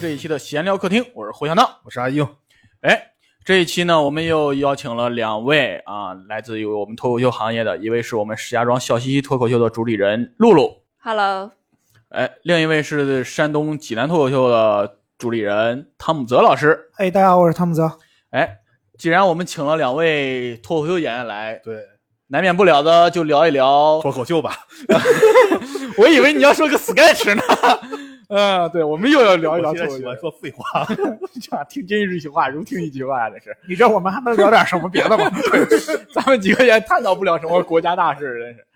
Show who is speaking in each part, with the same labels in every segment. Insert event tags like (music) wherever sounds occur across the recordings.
Speaker 1: 这一期的闲聊客厅，我是胡小闹。
Speaker 2: 我是阿英，
Speaker 1: 哎，这一期呢，我们又邀请了两位啊，来自于我们脱口秀行业的，一位是我们石家庄笑嘻嘻脱口秀的主理人露露，
Speaker 3: Hello，
Speaker 1: 哎，另一位是山东济南脱口秀的主理人汤姆泽老师。
Speaker 4: 哎，大家好，我是汤姆泽。
Speaker 1: 哎，既然我们请了两位脱口秀演员来，
Speaker 2: 对，
Speaker 1: 难免不了的就聊一聊
Speaker 2: 脱口秀吧，
Speaker 1: 我以为你要说个 sketch 呢。嗯，对，我们又要 (laughs) 聊一聊
Speaker 2: 我现
Speaker 1: 脱
Speaker 2: 在
Speaker 1: 口秀
Speaker 2: 喜欢，说
Speaker 1: (laughs)
Speaker 2: 废话， (laughs)
Speaker 1: 啊听君一句话，如听一句话，这是。
Speaker 4: 你知道我们还能聊点什么别
Speaker 1: (laughs)
Speaker 4: 的吗？
Speaker 1: 咱们几个也探讨不了什么国家大事，真是。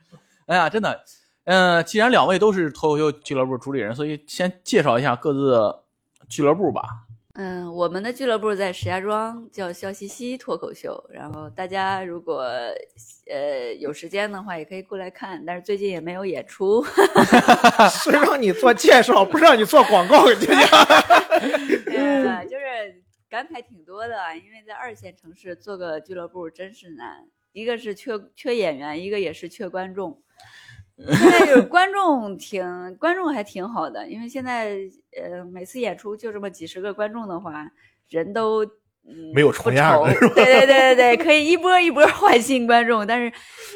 Speaker 1: 哎呀，真的，嗯、既然两位都是脱口秀俱乐部主理人，所以先介绍一下各自的俱乐部吧。
Speaker 3: 嗯，我们的俱乐部在石家庄，叫笑嘻嘻脱口秀。然后大家如果呃有时间的话，也可以过来看，但是最近也没有演出。
Speaker 2: 啊
Speaker 4: 是让你做介绍，不是让你做广告。今天
Speaker 2: (laughs)
Speaker 3: 呃，
Speaker 2: 嗯
Speaker 3: 就是感慨挺多的啊，因为在二线城市做个俱乐部真是难，一个是缺缺演员，一个也是缺观
Speaker 2: (laughs)
Speaker 3: 众。现在就是观众挺观众还挺好的，因为现在呃每次演出就这么几十个观众的话，人都。嗯
Speaker 2: 没有重样的
Speaker 3: 不愁对对对对对，可以一波一波换新观众，但是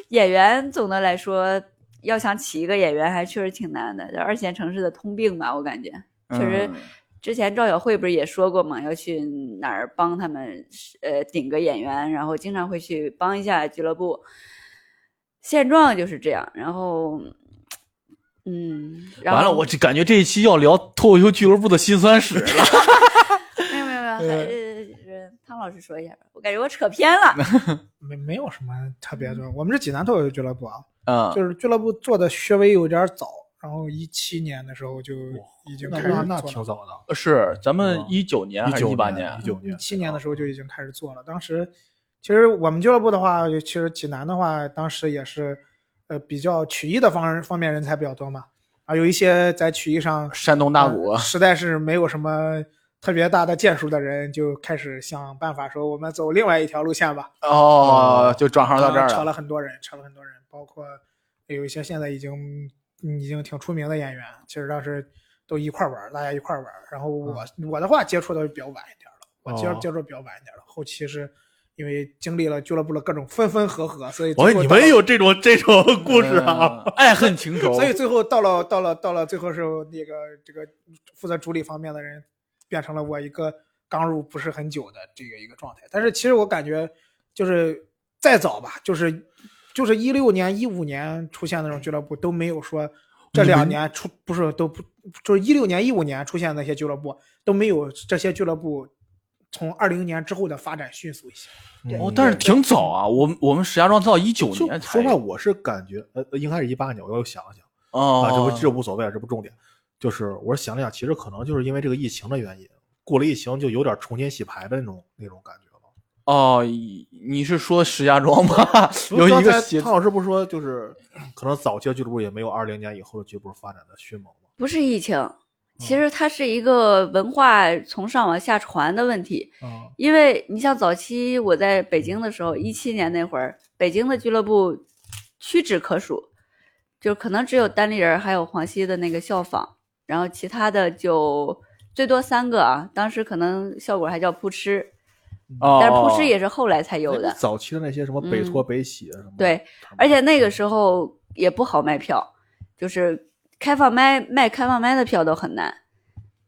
Speaker 3: 演员总的来说，要想起一个演员还确实挺难的，就二线城市的通病吧，我感觉。确实
Speaker 1: 嗯
Speaker 3: 之前赵晓慧不是也说过嘛，要去哪儿帮他们呃顶个演员，然后经常会去帮一下俱乐部。现状就是这样，然后，嗯，然后
Speaker 1: 完了，我就感觉这一期要聊脱口秀俱乐部的辛酸史了。
Speaker 3: 没有没有没有，还呃汤老师说一下吧，我感觉我扯偏
Speaker 1: (laughs)
Speaker 3: 了。
Speaker 4: 没没有什么特别的，我们是济南脱口秀俱乐部啊，
Speaker 1: 嗯，
Speaker 4: 就是俱乐部做的稍微有点早，然后一七年的时候就已经
Speaker 2: 那
Speaker 4: 开始
Speaker 2: 那那
Speaker 4: 做
Speaker 2: 挺
Speaker 4: 了。
Speaker 2: 早的，
Speaker 1: 是咱们
Speaker 2: 嗯
Speaker 1: 一九年哎啊还是
Speaker 2: 九
Speaker 1: 一八
Speaker 2: 年，一九嗯年，啊
Speaker 4: 七年的时候就已经开始做了。当时其实我们俱乐部的话，其实济南的话，当时也是呃比较曲艺的方方面人才比较多嘛，啊，有一些在曲艺上
Speaker 1: 山东大鼓啊
Speaker 2: 嗯
Speaker 4: 呃，实在是没有什么特别大的建树的人，就开始想办法说我们走另外一条路线吧。
Speaker 1: 哦，就转行到这儿
Speaker 4: 然后扯
Speaker 1: 了。
Speaker 4: 了很多人，扯了很多人，包括有一些现在已经嗯已经挺出名的演员，其实当时都一块儿玩儿，大家一块儿玩儿。然后我、
Speaker 1: 嗯
Speaker 4: 我的话接触的比较晚一点儿了，我接
Speaker 2: 哦
Speaker 4: 接触得比较晚一点儿了，后期是。因为经历了俱乐部的各种分分合合，所以
Speaker 2: 我
Speaker 1: 哎
Speaker 4: 最后
Speaker 2: 说你
Speaker 4: 到了
Speaker 2: 们有这种这种故事啊？
Speaker 1: 嗯，爱恨情仇。
Speaker 4: 所以最后到了到了到了最后是那个这个负责主理方面的人，变成了我一个刚入不是很久的这个一个状态。但是其实我感觉就是再早吧，就是就是一六年一五年出现那种俱乐部都没有说这两年出不是都不就是一六年一五年出现那些俱乐部都没有这些俱乐部从二零年之后的发展迅速一些。
Speaker 1: (laughs)
Speaker 3: 对
Speaker 1: 哦，但是挺早啊，我们我们石家庄到一九
Speaker 2: 就
Speaker 1: 年才。
Speaker 2: 说实话，我是感觉呃，呃应该是一八年，我又想了想
Speaker 1: 哦，
Speaker 2: 啊，这不这无所谓了，这不重点，就是我想了想，其实可能就是因为这个疫情的原因，过了疫情就有点重新洗牌的那种那种感觉了。
Speaker 1: 哦，你你是说石家庄吗？有
Speaker 2: 刚
Speaker 1: 一
Speaker 2: 才
Speaker 1: 个写
Speaker 2: 汤老师不是说，就是可能早期的俱乐部也没有二零年以后的俱乐部发展的迅猛吗？
Speaker 3: 不是疫情，
Speaker 1: 嗯
Speaker 3: 其实它是一个文化从上往下传的问题。
Speaker 2: 嗯，
Speaker 3: 因为你像早期我在北京的时候，一七年那会儿，北京的俱乐部屈指可数，就可能只有单立人还有黄西的那个效仿，然后其他的就最多三个啊。当时可能效果还叫扑哧，
Speaker 1: 哦，
Speaker 3: 但是扑哧也是后来才有的。嗯
Speaker 2: 早期的那些什么北托、北喜啊什么，
Speaker 3: 对，而且那个时候也不好卖票，就是开放麦卖开放麦的票都很难。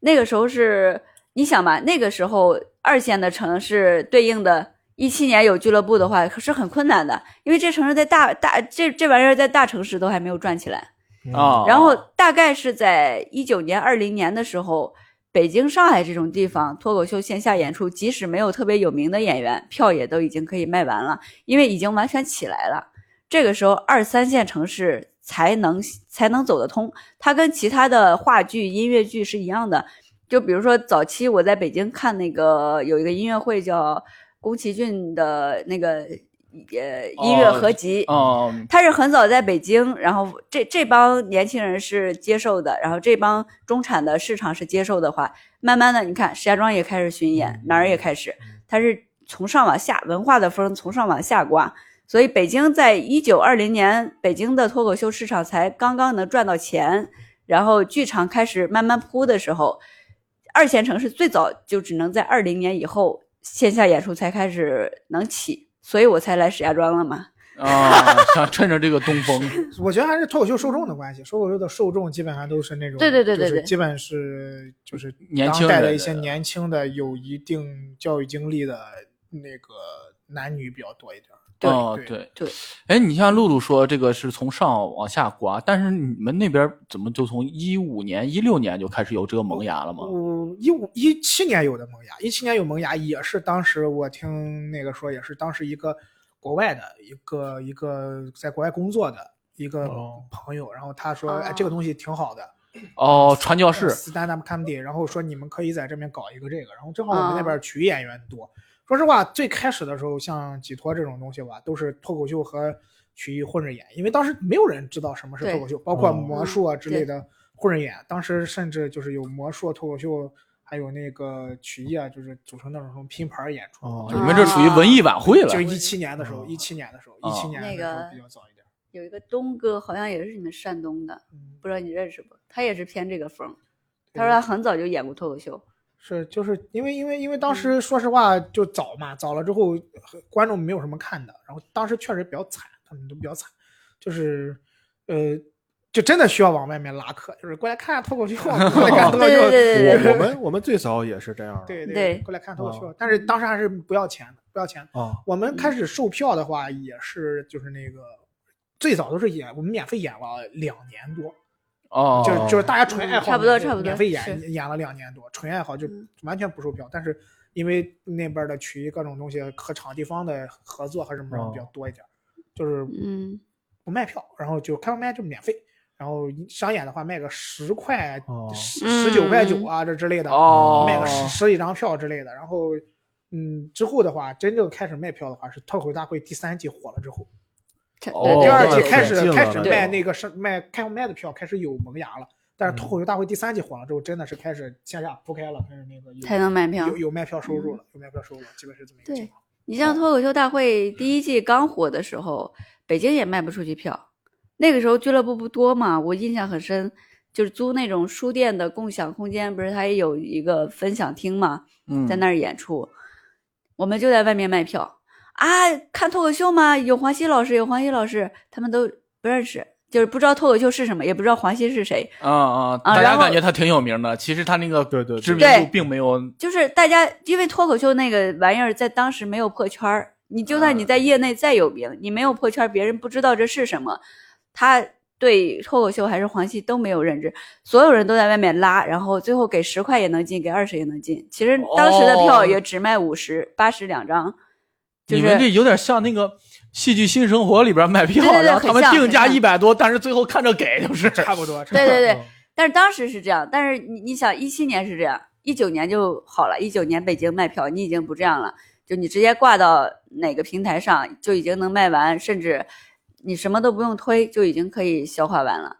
Speaker 3: 那个时候是，你想吧，那个时候二线的城市对应的，一七年有俱乐部的话，可是很困难的，因为这城市在大大这这玩意儿在大城市都还没有转起来。
Speaker 2: 嗯
Speaker 1: 啊，
Speaker 3: 然后大概是在一九年、二零年的时候，北京、上海这种地方脱口秀线下演出，即使没有特别有名的演员，票也都已经可以卖完了，因为已经完全起来了。这个时候，二三线城市才能才能走得通。它跟其他的话剧、音乐剧是一样的。就比如说，早期我在北京看那个有一个音乐会叫宫崎骏的那个呃音乐
Speaker 1: 哦
Speaker 3: 合集，
Speaker 1: 哦，
Speaker 3: 他是很早在北京，然后这这帮年轻人是接受的，然后这帮中产的市场是接受的话，慢慢的你看石家庄也开始巡演，哪儿也开始，它是从上往下，文化的风从上往下刮。所以北京在一九二零年，北京的脱口秀市场才刚刚能赚到钱，然后剧场开始慢慢铺的时候，二线城市最早就只能在二零年以后线下演出才开始能起，所以我才来石家庄了嘛。
Speaker 1: 啊，想趁着这个东风，
Speaker 4: 我觉得还是脱口秀受众的关系，脱口秀的受众基本上都是那种，
Speaker 3: 对对对对
Speaker 4: 就是
Speaker 3: 对
Speaker 4: 基本是就是
Speaker 1: 年轻
Speaker 4: 当代的
Speaker 1: 人
Speaker 4: 一些
Speaker 1: 的
Speaker 4: 年轻的有一定教育经历的那个男女比较多一点。
Speaker 3: 对
Speaker 1: 哦，
Speaker 4: 对
Speaker 1: 对
Speaker 3: 对。
Speaker 1: 哎，你像露露说这个是从上往下刮，但是你们那边怎么就从一五年、一六年就开始有这个萌芽了吗？
Speaker 3: 嗯
Speaker 4: 我嗯一五一七年有的萌芽，一七年有萌芽也是当时我听那个说，也是当时一个国外的一个一个在国外工作的一个
Speaker 2: 哦
Speaker 4: 朋友，然后他说、
Speaker 3: 哦
Speaker 4: 哎这个东西挺好的，
Speaker 1: 哦，传教士，
Speaker 4: stand up comedy，然后说你们可以在这边搞一个这个，然后正好我们
Speaker 3: 啊
Speaker 4: 那边曲艺演员多。说实话，最开始的时候，像几托这种东西吧，都是脱口秀和曲艺混着演，因为当时没有人知道什么是脱口秀，包括
Speaker 2: 哦
Speaker 4: 魔术啊之类
Speaker 3: 嗯
Speaker 4: 的混着演。当时甚至就是有魔术、脱口秀，还有那个曲艺啊，就是组成那种什么拼盘儿演出。啊
Speaker 2: 哦
Speaker 3: 嗯
Speaker 1: 你们这属于文艺晚会了
Speaker 4: 就一七年的时候，
Speaker 2: 哦
Speaker 4: 一七年的时候，
Speaker 1: 哦
Speaker 4: 一七年的时
Speaker 3: 那
Speaker 4: 候
Speaker 3: 个
Speaker 4: 比较早一点。
Speaker 3: 有一个东哥，好像也是你们山东的，
Speaker 4: 嗯
Speaker 3: 不知道你认识不？他也是偏这个风儿。
Speaker 4: 对
Speaker 3: 他说他很早就演过脱口秀，
Speaker 4: 是，就是因为因为因为当时说实话就早嘛，早了之后呃观众没有什么看的，然后当时确实比较惨，他们都比较惨，就是呃，就真的需要往外面拉客，就是过来看脱口秀啊，过来看脱口
Speaker 3: 对
Speaker 4: 秀，
Speaker 3: 对对对
Speaker 2: 我
Speaker 3: 对，
Speaker 2: 我们我们最早也是这样的，
Speaker 4: (laughs) 对
Speaker 3: 对
Speaker 4: 过来看脱口秀
Speaker 2: 哦，
Speaker 4: 但是当时还是不要钱的，不要钱的。
Speaker 2: 啊，
Speaker 4: 我们开始售票的话，也是就是那个最早都是演，我们免费演了两年多，
Speaker 1: 哦，
Speaker 4: 就
Speaker 2: 哦
Speaker 4: 就是大家纯爱好，
Speaker 3: 嗯差不多差不多
Speaker 4: 免费
Speaker 3: 是
Speaker 4: 演演了两年多，纯爱好就
Speaker 3: 嗯
Speaker 4: 完全不售票，但是因为那边的曲艺各种东西和场地方的合作和什么什么
Speaker 2: 哦
Speaker 4: 比较多一点，就是
Speaker 3: 嗯，
Speaker 4: 不卖票，然后就开放麦就免费，然后商演的话卖个十块
Speaker 2: 哦、
Speaker 4: 十
Speaker 3: 嗯
Speaker 4: 十九块九啊这之类的，
Speaker 1: 哦，
Speaker 4: 卖个十十几张票之类的，然后。嗯，之后的话，真正开始卖票的话，是脱口大会第三季火了之后，
Speaker 3: 这
Speaker 1: 哦
Speaker 3: 对
Speaker 4: 第二季
Speaker 3: 对对
Speaker 4: 开始
Speaker 2: 对
Speaker 4: 开始
Speaker 2: 对
Speaker 4: 卖那个是卖开放麦的票，开始有萌芽了。但是
Speaker 2: 嗯
Speaker 4: 脱口秀大会第三季火了之后，真的是开始线下铺开了，开始那个有
Speaker 3: 才能卖票嗯
Speaker 4: 有。哦有卖票收入了，有卖票收入了，基本是这么一个
Speaker 3: 对
Speaker 4: 情况。
Speaker 3: 你像脱口秀大会第一季刚火的时候，北京也卖不出去票。那个时候俱乐部不多嘛，我印象很深，就是租那种书店的共享空间，不是它也有一个分享厅嘛，
Speaker 1: 嗯
Speaker 3: 在那儿演出，我们就在外面卖票啊，看脱口秀嘛，有黄西老师，有黄西老师，他们都不认识，就是不知道脱口秀是什么，也不知道黄西是谁，
Speaker 1: 啊啊，
Speaker 3: 啊
Speaker 1: 大
Speaker 3: 然
Speaker 1: 家
Speaker 3: 后
Speaker 1: 感觉他挺有名的，其实他那个
Speaker 2: 对对对
Speaker 1: 知名度
Speaker 3: 对
Speaker 1: 并没有
Speaker 3: 就是大家因为脱口秀那个玩意儿在当时没有破圈儿，你就算你
Speaker 1: 啊
Speaker 3: 在业内再有名，你没有破圈儿，别人不知道这是什么，他对脱口秀还是黄西都没有认知，所有人都在外面拉，然后最后给十块也能进，给二十也能进。其实当时的票
Speaker 1: 哦
Speaker 3: 也只卖五十、八十两张，就
Speaker 1: 你们这
Speaker 3: 是
Speaker 1: 有点像那个《戏剧新生活》里边卖票，
Speaker 3: 对对对
Speaker 1: 然后他们
Speaker 3: 很像
Speaker 1: 定价
Speaker 3: 很像
Speaker 1: 一百多，但是最后看着给就是。
Speaker 4: 差不多，差不
Speaker 3: 对
Speaker 4: 多
Speaker 3: 对对
Speaker 2: 嗯。
Speaker 3: 但是当时是这样，但是你你想，一七年是这样，一九年就好了。一九年北京卖票，你已经不这样了，就你直接挂到哪个平台上，就已经能卖完，甚至你什么都不用推，就已经可以消化完了。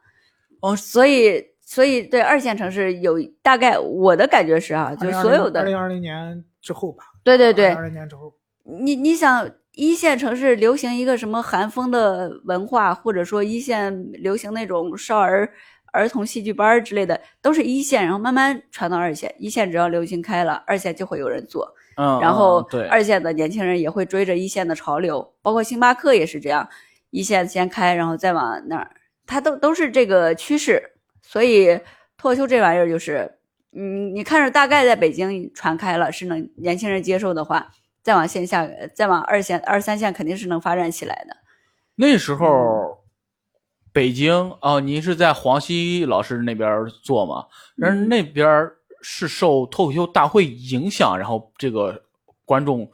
Speaker 1: 哦
Speaker 3: 所以所以对二线城市有大概我的感觉是啊，就是所有
Speaker 4: 二零哦
Speaker 3: 的，
Speaker 4: 二零年之后吧，
Speaker 3: 对对对
Speaker 4: 二，零年之后，
Speaker 3: 你你想一线城市流行一个什么韩风的文化，或者说一线流行那种少儿儿童戏剧班儿之类的，都是一线，然后慢慢传到二线。一线只要流行开了，二线就会有人做，
Speaker 1: 嗯，
Speaker 3: 然后
Speaker 1: 嗯对，
Speaker 3: 二线的年轻人也会追着一线的潮流，包括星巴克也是这样，一线先开，然后再往那儿，它都都是这个趋势。所以脱口秀这玩意儿就是，嗯，你看着大概在北京传开了，是能年轻人接受的话，再往线下，呃再往二线、二三线肯定是能发展起来的。
Speaker 1: 那时候北京哦，您是在黄西老师那边做嘛？但
Speaker 3: 嗯
Speaker 1: 是那边是受脱口秀大会影响，然后这个观众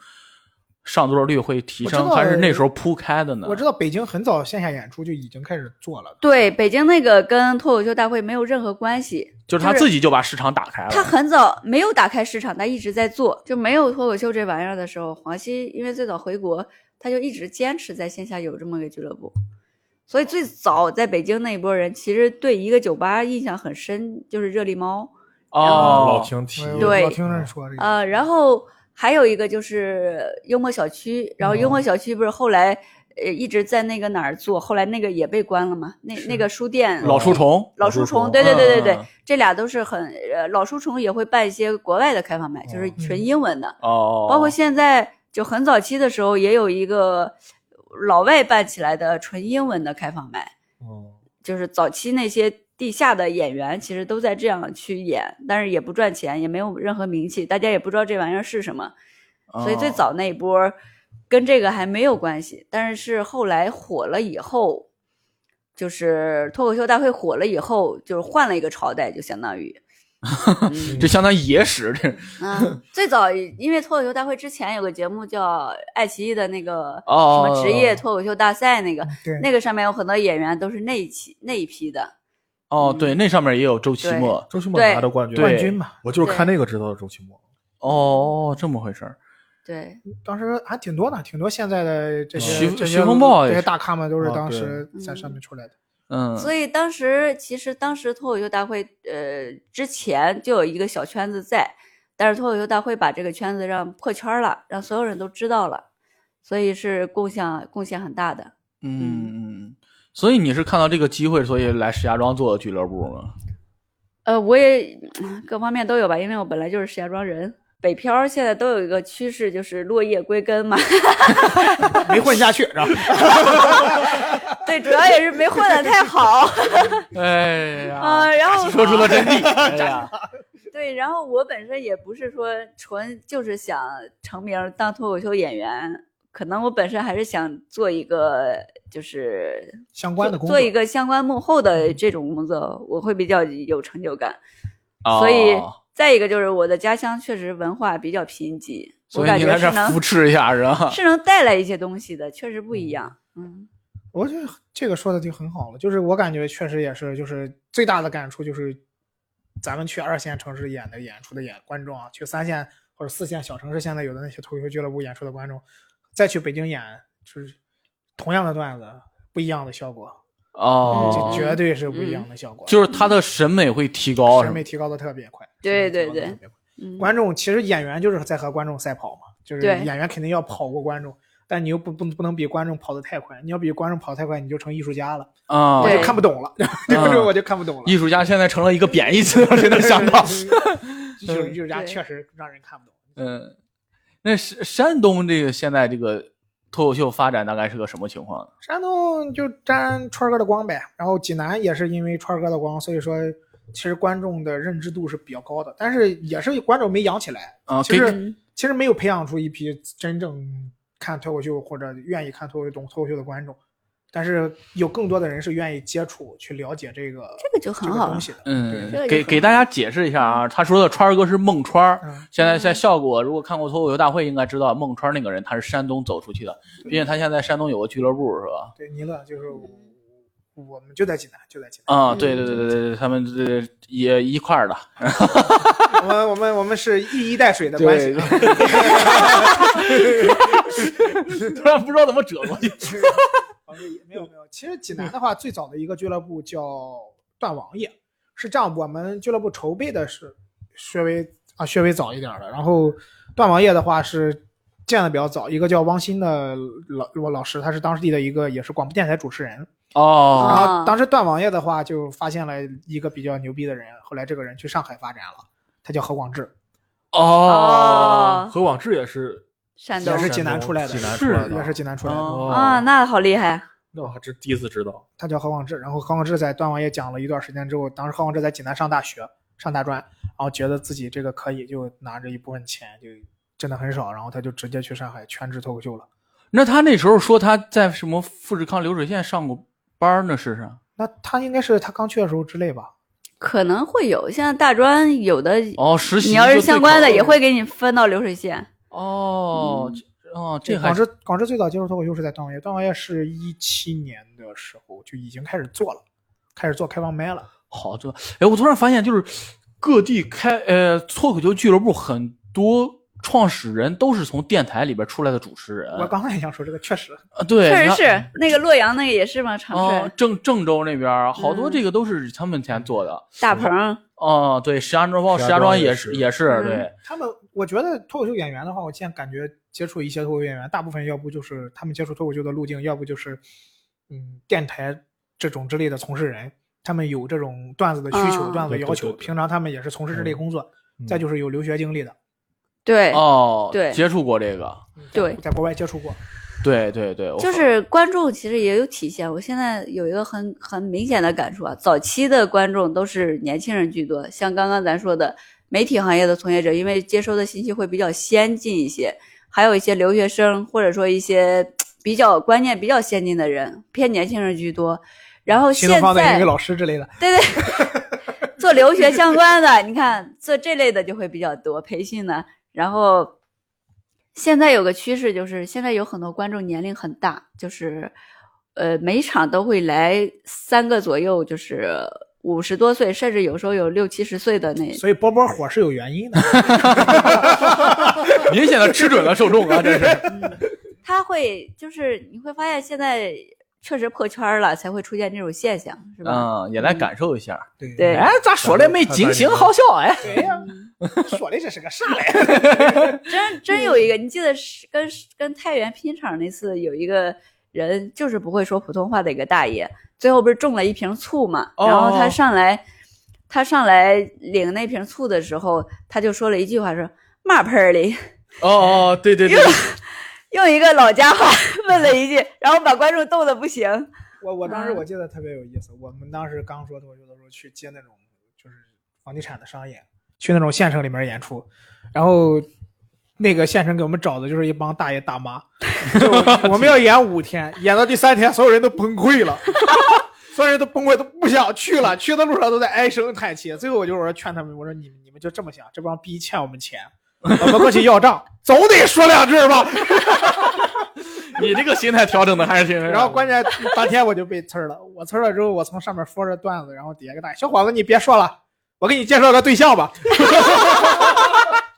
Speaker 1: 上座率会提
Speaker 4: 我
Speaker 1: 升，
Speaker 4: 知道
Speaker 1: 还是那时候铺开的呢？
Speaker 4: 我知道北京很早线下演出就已经开始做了。
Speaker 3: 对，北京那个跟脱口秀大会没有任何关系，
Speaker 1: 就是他
Speaker 3: 就是
Speaker 1: 自己就把市场打开了。
Speaker 3: 他很早没有打开市场，他一直在做，就没有脱口秀这玩意儿的时候，黄西因为最早回国，他就一直坚持在线下有这么个俱乐部，所以最早在北京那一波人，其实对一个酒吧印象很深，就是热力猫，呃
Speaker 1: 哦，
Speaker 2: 老听提，
Speaker 4: 我
Speaker 3: 对
Speaker 4: 老听人说这个，
Speaker 3: 呃，然后还有一个就是幽默小区，然后幽默小区不是后来呃一直在那个哪儿做，后来那个也被关了嘛，那那个书店
Speaker 2: 嗯
Speaker 1: 老书虫，
Speaker 3: 老
Speaker 2: 老书
Speaker 3: 书
Speaker 2: 虫
Speaker 3: 虫，对对对对对，
Speaker 1: 嗯嗯嗯
Speaker 3: 这俩都是很呃老书虫也会办一些国外的开放麦，就是纯英文的，
Speaker 1: 嗯哦，
Speaker 3: 包括现在就很早期的时候也有一个老外办起来的纯英文的开放麦，
Speaker 2: 嗯，
Speaker 3: 就是早期那些地下的演员，其实都在这样去演，但是也不赚钱，也没有任何名气，大家也不知道这玩意儿是什么，所以最
Speaker 1: 哦
Speaker 3: 早那一波儿跟这个还没有关系，但是是后来火了以后，就是脱口秀大会火了以后，就是换了一个朝代，就相当于。嗯
Speaker 1: 这相当于野史，这
Speaker 3: 嗯， (laughs) 最早因为脱口秀大会之前有个节目叫爱奇艺的那个什
Speaker 1: 哦
Speaker 3: 么职业脱口秀大赛，那个、
Speaker 4: 对，
Speaker 3: 那个上面有很多演员都是那一期那一批的，
Speaker 1: 哦，对，那上面也有周奇
Speaker 3: 嗯对
Speaker 1: 墨，
Speaker 2: 周奇墨
Speaker 3: 对
Speaker 2: 拿的冠军，
Speaker 1: 对
Speaker 4: 冠军嘛，
Speaker 2: 我就是看那个知道的周奇墨。
Speaker 1: 哦，这么回事儿，
Speaker 3: 对，
Speaker 4: 当时还挺多呢，挺多现在的这些
Speaker 1: 嗯徐
Speaker 4: 这些
Speaker 1: 徐风暴也
Speaker 4: 这些
Speaker 1: 是
Speaker 4: 大咖们都是
Speaker 2: 啊
Speaker 4: 当
Speaker 2: 对
Speaker 4: 时在上面出来的。
Speaker 1: 嗯，
Speaker 3: 所以当时其实当时脱口秀大会，呃，之前就有一个小圈子在，但是脱口秀大会把这个圈子让破圈儿了，让所有人都知道了，所以是贡献贡献很大的。
Speaker 1: 嗯嗯，所以你是看到这个机会，所以来石家庄做的俱乐部
Speaker 4: (laughs)
Speaker 1: 吗？
Speaker 3: 呃，我也嗯各方面都有吧，因为我本来就是石家庄人。北漂儿现在都有一个趋势，就是落叶归根嘛。
Speaker 4: 没混下去，然后
Speaker 3: (laughs) 对，主要也是没混得太好。
Speaker 1: 哎呀，
Speaker 3: (laughs) 啊然后
Speaker 1: 说出了真
Speaker 3: (laughs)
Speaker 1: 谛，哎呀，
Speaker 3: 对，然后我本身也不是说纯就是想成名儿当脱口秀演员，可能我本身还是想做一个就是
Speaker 4: 相
Speaker 3: 做
Speaker 4: 关的工作嗯
Speaker 3: 做一个相关幕后的这种工作，我会比较有成就感。所以
Speaker 1: (laughs) 哦
Speaker 3: 再一个就是我的家乡确实文化比较贫瘠，我
Speaker 1: 所以
Speaker 3: 感
Speaker 1: 你
Speaker 3: 觉
Speaker 1: 来这
Speaker 3: 是
Speaker 1: 儿扶
Speaker 3: 能
Speaker 1: 持一下是吧？
Speaker 3: 是能带来一些东西的，确实不一样。嗯
Speaker 4: 我觉得这个说的就很好了，就是我感觉确实也是，就是最大的感触就是，咱们去二线城市演的演出的演观众啊，去三线或者四线小城市，现在有的那些脱口秀俱乐部演出的观众，再去北京演，就是同样的段子，不一样的效果，
Speaker 1: 哦
Speaker 3: 嗯
Speaker 4: 嗯就，绝对是不一样的效果，
Speaker 1: 就是哦他的审美会提高，
Speaker 4: 审
Speaker 1: 是吗
Speaker 4: 美提高的特别快。
Speaker 3: 对
Speaker 4: 审美提高得
Speaker 3: 对对
Speaker 4: 特别快
Speaker 3: 嗯，
Speaker 4: 观众其实演员就是在和观众赛跑嘛，就是
Speaker 3: 对
Speaker 4: 演员肯定要跑过观众，但你又不不不能比观众跑得太快，你要比观众跑得太快，你就成艺术家了。
Speaker 1: 啊
Speaker 4: 我。就
Speaker 3: 对
Speaker 4: 看不懂了，这个时候我 (laughs) 就看不懂了。
Speaker 1: 艺术家现在成了一个贬义词，谁能想
Speaker 4: (laughs)
Speaker 1: 到？
Speaker 4: 艺术艺术家
Speaker 3: 对
Speaker 4: 确实让人看不懂。
Speaker 1: 嗯，那山山东这个现在这个脱口秀发展大概是个什么情况呢？
Speaker 4: 山东就沾川哥的光呗，然后济南也是因为川哥的光，所以说其实观众的认知度是比较高的，但是也是观众没养起来，
Speaker 1: 啊，
Speaker 4: 其
Speaker 1: 给
Speaker 4: 实其实没有培养出一批真正看脱口秀或者愿意看脱口秀、懂脱口秀的观众，但是有更多的人是愿意接触、去了解这个
Speaker 3: 这个就很
Speaker 4: 这个
Speaker 3: 好
Speaker 4: 东
Speaker 3: 了
Speaker 4: 西的。
Speaker 1: 嗯
Speaker 3: 这个，就
Speaker 1: 给
Speaker 3: 很嗯
Speaker 1: 给大家解释一下啊，他说的川儿哥是孟川儿
Speaker 4: 嗯，
Speaker 1: 现在在效果，如果看过脱口秀大会，应该知道孟川儿那个人，他是山东走出去的，并且他现在山东有个俱乐部，是吧？
Speaker 4: 对，尼勒就是我我们就在济南，就在济南。
Speaker 1: 啊，对对对对对，他们这也一块儿的， (laughs)
Speaker 4: 我们我们我们是一衣带水的关系啊。 (laughs)
Speaker 1: 突然不知道怎么折过去。
Speaker 4: 哦没没有没有，其实济南的话，最早的一个俱乐部叫段王爷，是这样，我们俱乐部筹备的是稍微啊稍微早一点儿的，然后段王爷的话是建的比较早，一个叫汪鑫的老我老师，他是当地的一个也是广播电台主持人，然
Speaker 1: 哦，
Speaker 4: 后当时段王爷的话就发现了一个比较牛逼的人，后来这个人去上海发展了，他叫何广智，
Speaker 3: 啊
Speaker 1: 哦，
Speaker 2: 何广智也是
Speaker 3: 山东
Speaker 4: 也是济南出来的，
Speaker 2: 济南
Speaker 1: 出来的
Speaker 4: 也是济南出来的。
Speaker 1: 嗯哦
Speaker 3: 啊，那好厉害，
Speaker 2: 那我还真第一次知道。
Speaker 4: 他叫何广智，然后何广智在段王爷讲了一段时间之后，当时何广智在济南上大学，上大专，然后觉得自己这个可以，就拿着一部分钱，就真的很少，然后他就直接去上海全职脱口秀了。
Speaker 1: 那他那时候说他在什么富士康流水线上过班儿呢，是啥？
Speaker 4: 那他应该是他刚去的时候之类吧？
Speaker 3: 可能会有。现在大专有的
Speaker 1: 哦，实习
Speaker 3: 你要
Speaker 1: 就是最
Speaker 3: 相关的，
Speaker 1: 靠
Speaker 3: 也会给你分到流水线。
Speaker 1: 哦，这哦，这还
Speaker 4: 广智广智最早接触脱口秀是在段王爷，段王爷是一七年的时候就已经开始做了，开始做开放麦了。
Speaker 1: 好多。哎，我突然发现，就是各地开呃脱口秀俱乐部很多创始人都是从电台里边出来的主持人。
Speaker 4: 我刚才也想说这个，确实，
Speaker 1: 啊，对，
Speaker 3: 确
Speaker 1: 你
Speaker 3: 实
Speaker 1: 看
Speaker 3: 是那个洛阳那个也是嘛，长
Speaker 1: 哦，
Speaker 3: 顺
Speaker 1: 郑郑州那边儿好多
Speaker 3: 嗯
Speaker 1: 这个都是他们前做的。
Speaker 3: 大鹏，
Speaker 1: 哦，对，石家庄包，
Speaker 2: 石
Speaker 1: 石
Speaker 2: 家
Speaker 1: 家
Speaker 2: 庄
Speaker 1: 庄
Speaker 2: 也
Speaker 1: 也
Speaker 2: 是
Speaker 1: 是也是
Speaker 3: 嗯
Speaker 1: 对，
Speaker 4: 他们我觉得脱口秀演员的话，我现在感觉接触一些脱口秀演员，大部分要不就是他们接触脱口秀的路径，要不就是嗯电台这种之类的从事人，他们有这种段子的需求、
Speaker 3: 啊
Speaker 4: 段子的
Speaker 2: 对
Speaker 4: 要
Speaker 2: 对
Speaker 4: 求，
Speaker 2: 对对
Speaker 4: 平常他们也是从事这类工作。
Speaker 2: 嗯
Speaker 4: 再就是有留学经历的，
Speaker 3: 对
Speaker 1: 哦，
Speaker 3: 对
Speaker 1: 接触过这个，
Speaker 3: 嗯对，
Speaker 4: 在国外接触过，
Speaker 1: 对对对，我
Speaker 3: 就是观众其实也有体现。我现在有一个很很明显的感触啊，早期的观众都是年轻人居多，像刚刚咱说的媒体行业的从业者，因为接收的信息会比较先进一些，还有一些留学生或者说一些嘖比较观念比较先进的人，偏年轻人居多。然后
Speaker 4: 新
Speaker 3: 现
Speaker 4: 东方的英
Speaker 3: 在
Speaker 4: 语老师
Speaker 3: (laughs)
Speaker 4: 之类的，
Speaker 3: 对对， (laughs) 做留学相关的，你看做这类的就会比较多，培训呢。然后现在有个趋势就是，现在有很多观众年龄很大，就是呃每场都会来三个左右，就是五十多岁，甚至有时候有六七十岁的那。
Speaker 4: 所以波波火是有原因的。
Speaker 1: (laughs) 明显的吃准了受众啊，这是
Speaker 3: (laughs) 他会就是你会发现现在确实破圈了，才会出现这种现象，是吧？
Speaker 1: 嗯，也来感受一下。
Speaker 4: 对
Speaker 3: 对
Speaker 1: 哎，咋说来没警醒好笑哎？
Speaker 4: 对呀、
Speaker 3: (laughs)
Speaker 4: 说的这是个啥嘞？
Speaker 3: 真真有一个，你记得是跟跟太原拼场那次有一个人就是不会说普通话的一个大爷，最后不是中了一瓶醋嘛，
Speaker 1: 哦
Speaker 3: 然后他上来他上来领那瓶醋的时候，他就说了一句话说嘛盆儿哩，
Speaker 1: 哦哦，对对对，
Speaker 3: (laughs)
Speaker 1: 对
Speaker 3: 用一个老家话问了一句，然后把观众逗得不行。
Speaker 4: 我我当时
Speaker 3: 嗯
Speaker 4: 我记得特别有意思，我们当时刚说脱口秀的时候去接那种就是房地产的商演，去那种县城里面演出，然后那个县城给我们找的就是一帮大爷大妈，就我们要演五天，演到第三天所有人都崩溃了。 (laughs) 所有人都崩溃，都不想去了，去的路上都在唉声叹气。最后我就我说劝他们，我说你们你们就这么想，这帮逼欠我们钱，我们过去要账，总得说两句吧。
Speaker 1: 你这个心态调整的还是挺……
Speaker 4: 然后关键当天我就被呲儿了，我呲儿了之后，我从上面说着段子，然后底下个大爷小伙子你别说了，我给你介绍个对象吧。 (laughs)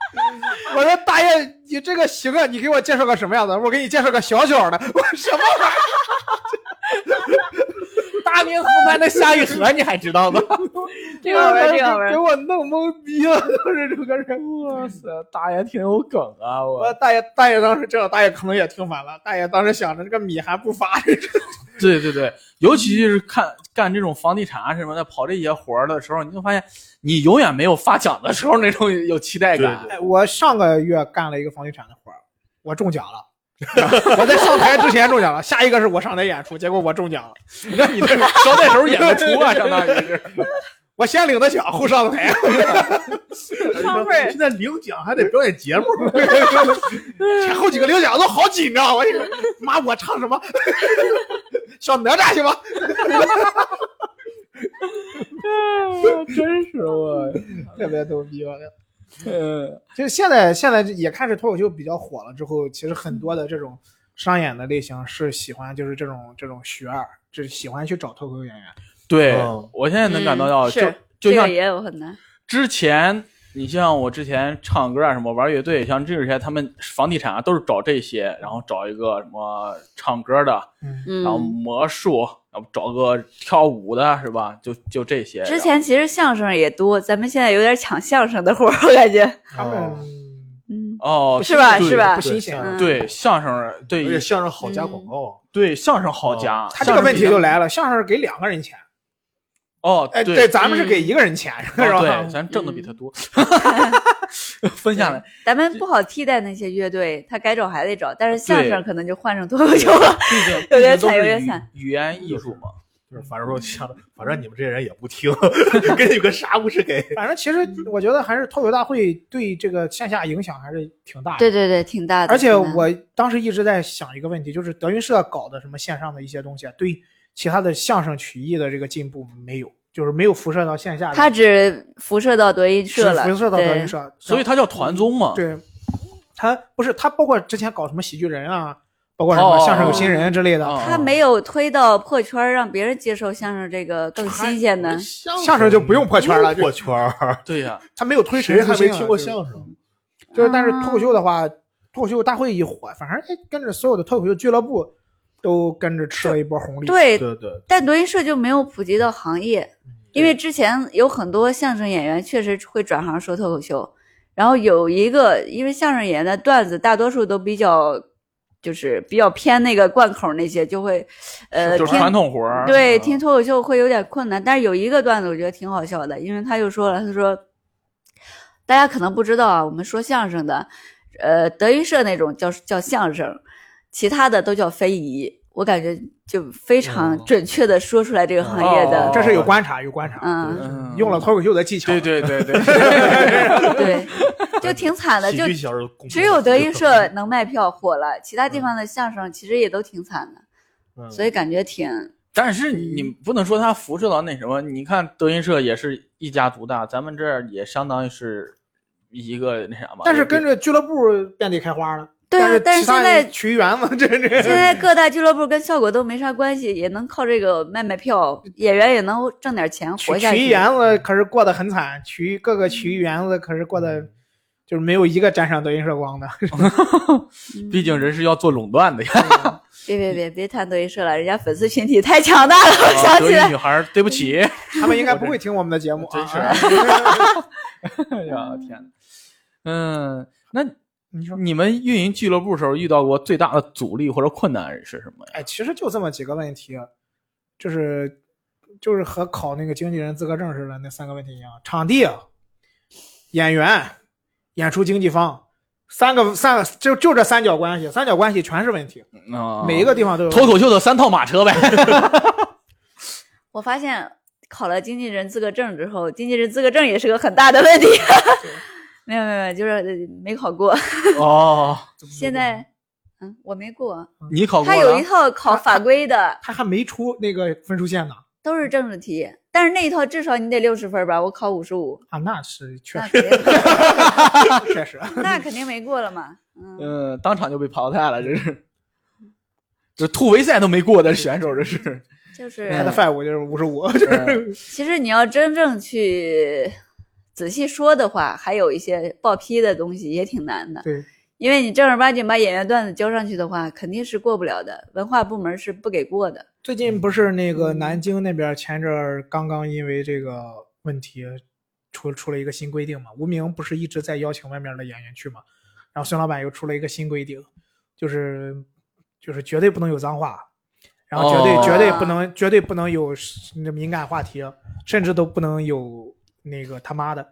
Speaker 4: 我说大爷，你这个行啊，你给我介绍个什么样的？我给你介绍个小小的。 (laughs) 我说什么玩意儿？ (laughs) 大明湖畔的夏雨荷，你还知道吗？
Speaker 3: (laughs) 这个玩意儿这个玩意儿
Speaker 4: 给我弄懵逼了，就是这个人。
Speaker 1: 哇塞，大爷挺有梗啊，
Speaker 4: 我大爷，大爷当时这样，大爷可能也听反了。大爷当时想着这个米还不发，
Speaker 1: 对对对，尤其是看干这种房地产啊什么的，跑这些活儿的时候，你就发现你永远没有发奖的时候那种有期待感
Speaker 2: 对。
Speaker 4: 哎，我上个月干了一个房地产的活儿，我中奖了。 (laughs) 我在上台之前中奖了，下一个是我上台演出，结果我中奖了。 (laughs)
Speaker 1: 你看你这捎带手演个出啊，相当于
Speaker 2: (laughs)
Speaker 1: 是。
Speaker 4: 我先领的奖，后上的台。啊
Speaker 3: 上辈儿
Speaker 2: 现在领奖还得表演节目，
Speaker 3: (laughs)
Speaker 4: 前后几个领奖都好紧张，我一个妈，我唱什么？ (laughs) 小哪吒行吗？
Speaker 2: 哎
Speaker 1: 真是我，
Speaker 4: (laughs) 特别逗逼，我
Speaker 1: 嗯，
Speaker 4: 就是现在现在也开始脱口秀比较火了之后，其实很多的这种商演的类型是喜欢就是这种这种学二，就是喜欢去找脱口秀演员。
Speaker 1: 对
Speaker 2: 嗯，
Speaker 1: 我现在能感到到，
Speaker 3: 嗯
Speaker 1: 就是就
Speaker 3: 这
Speaker 1: 像
Speaker 3: 个也有很难。
Speaker 1: 之前，你像我之前唱歌啊，什么玩乐队，像这些他们房地产啊，都是找这些，然后找一个什么唱歌的，然后
Speaker 3: 嗯，
Speaker 1: 魔术，然后找个跳舞的，是吧？就就这些。
Speaker 3: 之前其实相声也多，咱们现在有点抢相声的活儿，我感觉。
Speaker 4: 他们
Speaker 2: 哦
Speaker 3: 嗯，
Speaker 1: 哦，
Speaker 3: 是吧
Speaker 1: 对
Speaker 3: 是吧
Speaker 4: 不新鲜。
Speaker 3: 嗯
Speaker 1: 对相声，
Speaker 2: 而且
Speaker 1: 对
Speaker 2: 相声好加广告，啊
Speaker 1: 对相声好加，
Speaker 4: 哦他这个问题就
Speaker 1: 相声比较
Speaker 4: 来了，相声给两个人钱，
Speaker 1: 哦，
Speaker 4: 哎，
Speaker 1: 对
Speaker 4: 对，咱们是
Speaker 3: 嗯
Speaker 4: 给一个人钱，是
Speaker 1: 哦
Speaker 4: 吧 (laughs)
Speaker 1: 对，？咱挣的比他多，分下来。
Speaker 3: 咱们不好替代那些乐队，他该找还得找，但是相
Speaker 1: 对
Speaker 3: 声可能就换成脱口秀了。
Speaker 1: 毕竟
Speaker 3: 有点
Speaker 1: 毕竟都
Speaker 3: 惨
Speaker 1: 是
Speaker 3: 有点
Speaker 1: 语
Speaker 3: 惨
Speaker 1: 语言艺术嘛。
Speaker 2: 就是反正
Speaker 3: 嗯
Speaker 2: 说相声，反正你们这些人也不听， (laughs) 跟你个啥不是给。
Speaker 4: 反正其实我觉得还是脱口大会对这个线下影响还是挺大
Speaker 3: (laughs)
Speaker 4: 的。
Speaker 3: 对对对，挺大的。
Speaker 4: 而且
Speaker 3: 挺大的
Speaker 4: 我当时一直在想一个问题，就是德云社搞的什么线上的一些东西，啊对其他的相声曲艺的这个进步没有，就是没有辐射到线下的，
Speaker 3: 他只辐射到德云
Speaker 4: 只
Speaker 3: 社了，
Speaker 4: 辐射到德云
Speaker 3: 对。
Speaker 4: 社，
Speaker 1: 所以他叫团综嘛，
Speaker 4: 对，他不是他包括之前搞什么喜剧人啊，包括什么相声有新人之类的，
Speaker 1: 哦
Speaker 3: 他没有推到破圈儿，让别人接受相声这个更新鲜的。
Speaker 2: 相
Speaker 4: 相声就不用破圈了，
Speaker 2: 破圈儿，
Speaker 1: 对呀，
Speaker 4: 他没有推
Speaker 2: 谁还
Speaker 4: 陈
Speaker 2: 没
Speaker 4: 思
Speaker 2: 听
Speaker 4: 诚
Speaker 2: 过
Speaker 4: 啊就是
Speaker 2: 相声？
Speaker 4: 就是但是脱口秀的话，脱口秀大会一火，反正哎跟着所有的脱口秀俱乐部都跟着吃了一波红利。，
Speaker 3: 对，
Speaker 2: 对对，
Speaker 3: 但德云社就没有普及到行业，因为之前有很多相声演员确实会转行说脱口秀，然后有一个，因为相声演员的段子大多数都比较，就是比较偏那个贯口那些，就会，呃，
Speaker 1: 就是
Speaker 3: 偏
Speaker 1: 传统活儿。
Speaker 3: 对，
Speaker 1: 嗯
Speaker 3: 听脱口秀会有点困难，但是有一个段子我觉得挺好笑的，因为他就说了，他说，大家可能不知道啊，我们说相声的，呃，德云社那种叫叫相声，其他的都叫非遗，我感觉就非常准确的说出来这个行业的，
Speaker 1: 哦
Speaker 4: 这是有观察，有观察，
Speaker 3: 嗯，
Speaker 1: 嗯
Speaker 4: 用了脱口秀的技巧。
Speaker 1: 对对对
Speaker 4: (laughs)
Speaker 1: 对，
Speaker 3: 对，就挺惨的，
Speaker 2: 喜
Speaker 3: 就
Speaker 2: 剧小人公司
Speaker 3: 只有德云社能卖票火了，其他地方的相声其实也都挺惨的，
Speaker 2: (laughs) 嗯
Speaker 3: 所以感觉挺，
Speaker 1: 但是你不能说它辐射到那什么，你看德云社也是一家独大，咱们这儿也相当于是一个那啥嘛。
Speaker 4: 但是跟着俱乐部遍地开花了。
Speaker 3: 对啊，但
Speaker 4: 但
Speaker 3: 是现在
Speaker 4: 群员嘛， (laughs) 这这
Speaker 3: (laughs) 现在各大俱乐部跟效果都没啥关系，也能靠这个卖卖票，演员也能挣点钱活
Speaker 4: 曲
Speaker 3: 下
Speaker 4: 曲
Speaker 3: 去。嗯
Speaker 4: 园子可是过得很惨，曲各个曲园子可是过
Speaker 1: 嗯
Speaker 4: 得就是没有一个沾上德云社
Speaker 3: (laughs)
Speaker 4: 光的。
Speaker 1: 毕竟人是要做垄断
Speaker 4: (laughs)
Speaker 1: 的呀。
Speaker 3: 别别别别谈德云社了，人家粉丝群体太强大了。我想
Speaker 1: 德
Speaker 3: 起
Speaker 1: 云
Speaker 3: 来，
Speaker 1: 女孩儿，对不起。
Speaker 4: 他们应该不会听我们的节目啊。
Speaker 1: 真
Speaker 4: (laughs)
Speaker 1: 是哎呀，天哪！嗯，那
Speaker 4: 你说，
Speaker 1: 你们运营俱乐部时候遇到过最大的阻力或者困难是什么呀？
Speaker 4: 哎，其实就这么几个问题，就是就是和考那个经纪人资格证似的那三个问题一样：场地、演员、演出经纪方，三个三个就就这三角关系，三角关系全是问题，
Speaker 1: 啊，
Speaker 4: 每一个地方都有问题。
Speaker 1: 脱口秀的三套马车
Speaker 4: (laughs)
Speaker 1: 呗。
Speaker 3: 我发现考了经纪人资格证之后，经纪人资格证也是个很大的问题。 (laughs) 没有没有没有，就是呃没考过。
Speaker 1: 哦，
Speaker 3: 现在，嗯，我没过。
Speaker 1: 你考过
Speaker 3: 他有
Speaker 1: 了
Speaker 3: 一？套考法规的，
Speaker 4: 他还没出那个分数线呢
Speaker 3: 都是政治题，但是那一套至少你得六十分吧？我考五十五，
Speaker 4: 啊，那是确
Speaker 3: 那
Speaker 4: 实
Speaker 3: 肯定
Speaker 4: 确实。
Speaker 3: 那肯定没过了嘛。嗯。
Speaker 1: 嗯，当场就被淘汰了，这是。这突围赛都没过的选手，这是。
Speaker 3: 就是
Speaker 4: 他的 five 就是五十五， (laughs) 就是
Speaker 1: 嗯
Speaker 3: 其实你要真正去仔细说的话，还有一些报批的东西也挺难的，
Speaker 4: 对，
Speaker 3: 因为你正儿八经把演员段子交上去的话，肯定是过不了的，文化部门是不给过的。
Speaker 4: 最近不是那个南京那边前阵儿刚刚因为这个问题出出了一个新规定嘛？无名不是一直在邀请外面的演员去嘛？然后孙老板又出了一个新规定，就是就是绝对不能有脏话，然后绝对、
Speaker 1: 哦
Speaker 4: 绝对不能绝对不能有敏感话题，甚至都不能有那个他妈的，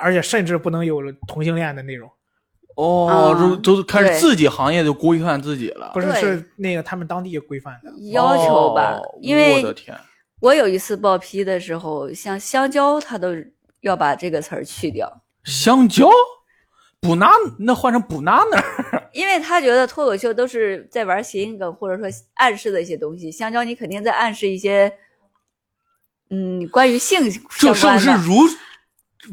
Speaker 4: 而且甚至不能有同性恋的内容。
Speaker 1: (laughs) 哦，
Speaker 3: 啊
Speaker 1: 都都开
Speaker 3: 对
Speaker 1: 始自己行业就规范自己了
Speaker 4: 不。是
Speaker 3: 啊对
Speaker 4: 是那个他们当地规范的，
Speaker 3: 要求吧，
Speaker 1: 哦
Speaker 3: 因为
Speaker 1: 我的天，
Speaker 3: 我有一次报批的时候，像香蕉，他都要把这个词儿去掉，
Speaker 1: 香蕉，补拿那换成补拿那儿
Speaker 3: 因为他觉得脱口秀都是在玩谐音梗，或者说暗示的一些东西。香蕉，你肯定在暗示一些，嗯，关于性
Speaker 1: 这是
Speaker 3: 相
Speaker 1: 不
Speaker 3: 关
Speaker 1: 是
Speaker 3: 的。
Speaker 1: 如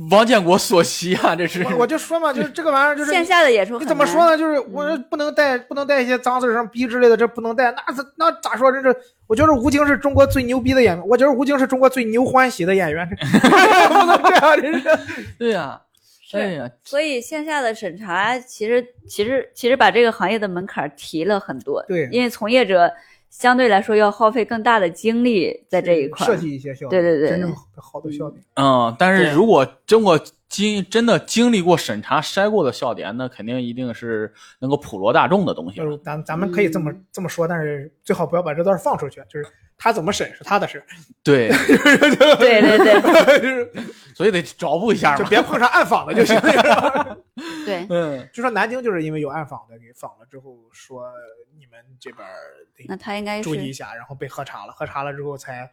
Speaker 1: 王建国所希啊？这是
Speaker 4: (laughs) 我我就说嘛，就是这个玩意儿就是
Speaker 3: 线下的演出
Speaker 4: 你
Speaker 3: 很
Speaker 4: 怎么
Speaker 3: 难嗯
Speaker 4: 说呢？就是我说不能带不能带一些脏字儿上逼之类的，这不能带。那怎那咋说？这是我觉得吴京是中国最牛逼的演员，我觉得吴京是中国最牛欢喜的演员， (laughs) 这不能这样，这是
Speaker 1: (laughs) 对呀，哎呀，
Speaker 3: 所以线下的审查其实其实其实把这个行业的门槛提了很多，
Speaker 4: 对
Speaker 3: 因为从业者相对来说要耗费更大的精力在这一块儿
Speaker 4: 设。计一些笑点，
Speaker 3: 对对对
Speaker 4: 真正好的笑点。
Speaker 1: 嗯，但是
Speaker 3: 对
Speaker 1: 如果经过经真的经历过审查筛过的笑点，那肯定一定是能够普罗大众的东西
Speaker 4: 就
Speaker 1: 嘛。
Speaker 4: 是咱咱们可以这么
Speaker 3: 嗯
Speaker 4: 这么说，但是最好不要把这段放出去。就是他怎么审是他的事儿，
Speaker 1: 对，
Speaker 3: 对
Speaker 4: (laughs)
Speaker 3: 对对
Speaker 4: 就是
Speaker 1: 所以得找补一下
Speaker 4: 就
Speaker 1: 嘛。
Speaker 4: 别碰上暗访的就行。
Speaker 3: 对，
Speaker 1: 嗯，
Speaker 4: (laughs) 就说南京就是因为有暗访的给访了之后说你们这边儿得
Speaker 3: 那他应该是
Speaker 4: 注意一下，然后被喝查了，喝查了之后才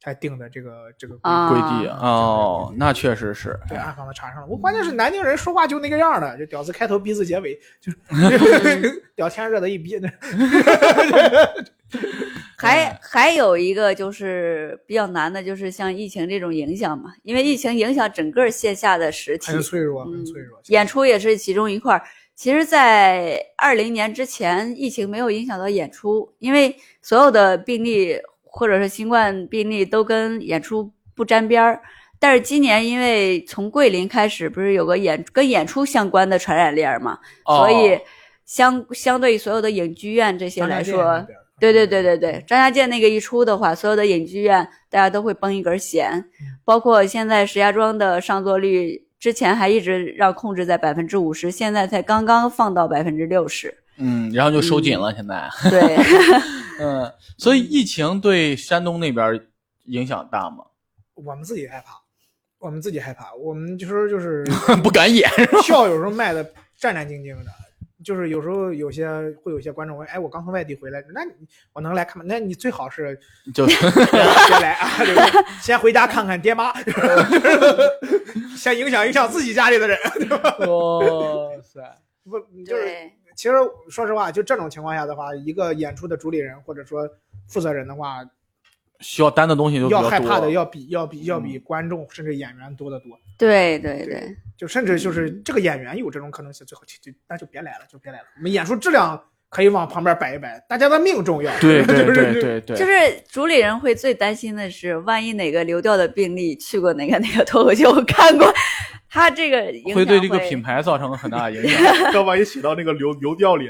Speaker 4: 才定的这个这个规
Speaker 3: 啊
Speaker 1: 规
Speaker 4: 矩。
Speaker 1: 矩哦，那确实是。
Speaker 4: 对，暗访的查上了。我关
Speaker 3: 嗯
Speaker 4: 键是南京人说话就那个样儿的，就屌丝开头逼字结尾，
Speaker 3: (laughs)
Speaker 4: 就是聊天热的一逼。
Speaker 3: 还还有一个就是比较难的，就是像疫情这种影响嘛，因为疫情影响整个线下的实体，
Speaker 4: 很脆弱，
Speaker 3: 嗯
Speaker 4: 很脆弱。
Speaker 3: 演出也是其中一块儿。其实，在二零年之前，疫情没有影响到演出，因为所有的病例或者是新冠病例都跟演出不沾边儿。但是今年因为从桂林开始，不是有个演跟演出相关的传染链嘛，
Speaker 1: 哦
Speaker 3: 所以相相对于所有的影剧院这些来
Speaker 4: 张家界
Speaker 3: 说
Speaker 4: 那，边儿
Speaker 3: 对对对对对，张家界那个一出的话，所有的影剧院大家都会绷一根弦，
Speaker 1: 嗯
Speaker 3: 包括现在石家庄的上座率之前还一直让控制在百分之五十，现在才刚刚放到百分之六十。
Speaker 1: (laughs) 嗯，然后就收紧了，现在， (laughs)
Speaker 3: 对，
Speaker 1: 嗯，所以疫情对山东那边影响大吗？
Speaker 4: 我们自己害怕，我们自己害怕，我们就说就是
Speaker 1: (laughs) 不敢演，
Speaker 4: 票有时候卖的战战兢兢的，就是有时候有些会有些观众问，哎，我刚从外地回来，那你我能来看吗？那你最好是
Speaker 1: 就是 (laughs)
Speaker 4: 别来啊，对不对？先回家看看爹 (laughs) 妈，先影响影响自己家里的人，
Speaker 1: 哇塞，
Speaker 4: 不就是其实说实话，就这种情况下的话，一个演出的主理人或者说负责人的话，
Speaker 1: 需要担的东西就比较多，嗯
Speaker 4: 要害怕的要比要比要比观众甚至演员多得多。
Speaker 3: (laughs) 对对对，
Speaker 4: 就甚至就是
Speaker 1: 嗯
Speaker 4: 这个演员有这种可能性，最好就就那就别来了，就别来了。我们演出质量可以往旁边摆一摆，大家的命重要。
Speaker 1: 对
Speaker 4: (laughs)
Speaker 1: 对
Speaker 4: 就是
Speaker 1: 对对对，
Speaker 3: 就是主理人会最担心的是，万一哪个流调的病例去过哪个哪个脱口秀看过， (laughs) 他这个影响
Speaker 1: 会对这个品牌造成很大的影响。
Speaker 2: 这万一写到那个流流调里，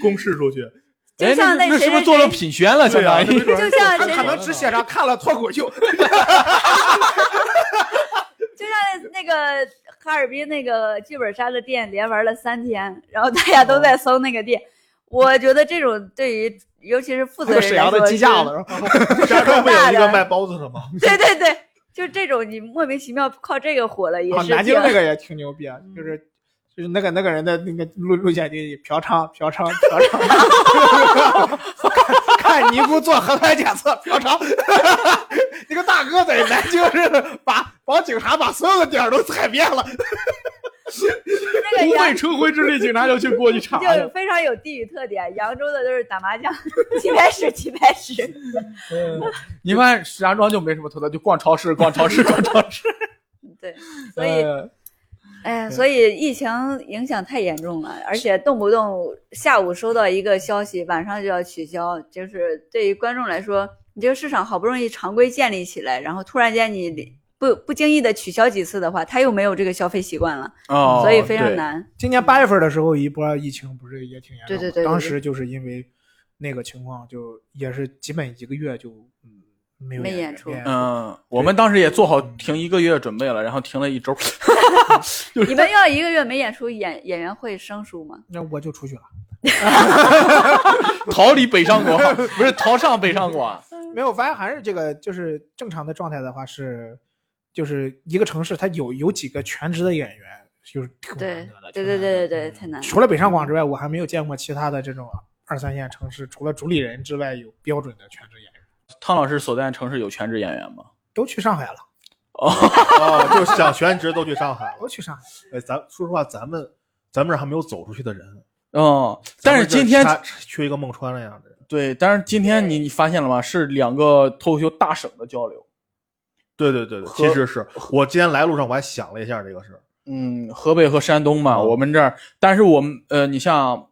Speaker 2: 公示出去，
Speaker 3: (laughs) 就像
Speaker 1: 哎
Speaker 3: 那
Speaker 1: 那
Speaker 3: 谁
Speaker 1: 是不
Speaker 3: 谁
Speaker 1: 是做了
Speaker 3: 谁，
Speaker 1: 品宣了？相
Speaker 2: 对啊
Speaker 1: 当于
Speaker 2: 这
Speaker 3: 就像
Speaker 4: 他
Speaker 3: 谁
Speaker 4: 可
Speaker 3: 谁
Speaker 4: 能只写上看了脱
Speaker 3: (laughs)
Speaker 4: 口秀，
Speaker 3: 就像那个哈尔滨那个剧本杀的店连玩了三天，然后大家都在搜那个店。我觉得这种对于尤其是
Speaker 4: (laughs)
Speaker 3: 负责
Speaker 4: 这个
Speaker 3: 人
Speaker 4: 沈
Speaker 3: 来
Speaker 4: 阳
Speaker 3: 说
Speaker 4: 的
Speaker 3: 是，
Speaker 4: 鸡架子，然后
Speaker 2: 山东不有一个卖包子的吗？
Speaker 3: 对对对，就这种你莫名其妙靠这个火了，也
Speaker 4: 啊
Speaker 3: 是嗯
Speaker 4: 南京
Speaker 3: 挺
Speaker 4: 那个也挺牛逼，啊，就是就是那个那个人的那个路路线经济，嫖娼嫖娼嫖娼， (laughs) 看看尼姑做核酸检测嫖娼， (laughs) 那个大哥在南京是把把警察把所有的点儿都踩遍了。
Speaker 3: 那
Speaker 4: (laughs)
Speaker 3: 个扬
Speaker 2: 尘灰之力，警察就去过去
Speaker 3: (laughs)
Speaker 2: 查
Speaker 3: 就非常有地域特点，扬州的都是打麻将， (laughs) 棋牌室棋牌室，
Speaker 1: (laughs) 你发现石家庄就没什么特色，就逛超市、逛超市、逛
Speaker 3: (laughs)
Speaker 1: 超市。
Speaker 3: 对，所以
Speaker 1: 呃
Speaker 3: 哎呀，所以疫情影响太严重了，而且动不动下午收到一个消息，晚上就要取消，就是对于观众来说，你这个市场好不容易常规建立起来，然后突然间你里不不经意的取消几次的话，他又没有这个消费习惯了，
Speaker 1: 哦，
Speaker 3: 所以非常
Speaker 1: 对。
Speaker 3: 难。
Speaker 4: 今年八月份的时候，一波疫情不是也挺严重
Speaker 3: 对
Speaker 4: 的，
Speaker 3: 对对对对
Speaker 4: 当时就是因为那个情况，就也是基本一个月就嗯没有
Speaker 3: 没演
Speaker 4: 演
Speaker 3: 出
Speaker 1: 嗯，我们当时也做好停一个月准备了，然后停了一周。
Speaker 3: 你们要一个月没演出，演 (laughs) 演员会生疏吗？
Speaker 4: 那我就出去了。
Speaker 1: 逃离北
Speaker 2: (laughs)
Speaker 1: 上广，不是逃上北上广。
Speaker 4: 没有，我发现还是这个，就是正常的状态的话是，就是一个城市它有有几个全职的演员，就是挺难
Speaker 3: 对
Speaker 4: 得
Speaker 3: 对
Speaker 4: 的。挺
Speaker 3: 对
Speaker 4: 难
Speaker 3: 对对
Speaker 4: 得的嗯
Speaker 3: 对，太难了。嗯
Speaker 4: 除了北上广之外，我还没有见过其他的这种二三线城市，除了主理人之外，有标准的全职演员。
Speaker 1: 汤老师所在城市有全职演员吗？
Speaker 4: 都去上海了，
Speaker 2: 哦，就想全职都去上海了。
Speaker 4: 都去上海了。
Speaker 2: 哎，咱说实话，咱们咱们这还没有走出去的人。
Speaker 3: 嗯
Speaker 1: 哦，但是今天
Speaker 2: 咱们这差缺一个孟川那样的人。
Speaker 1: 对，但是今天你你发现了吗？是两个脱口秀大省的交流。
Speaker 2: 对对对对，
Speaker 1: 和
Speaker 2: 其实是我今天来路上我还想了一下这个事儿。
Speaker 1: 嗯，河北和山东嘛，
Speaker 2: 嗯
Speaker 1: 我们这儿，但是我们呃，你像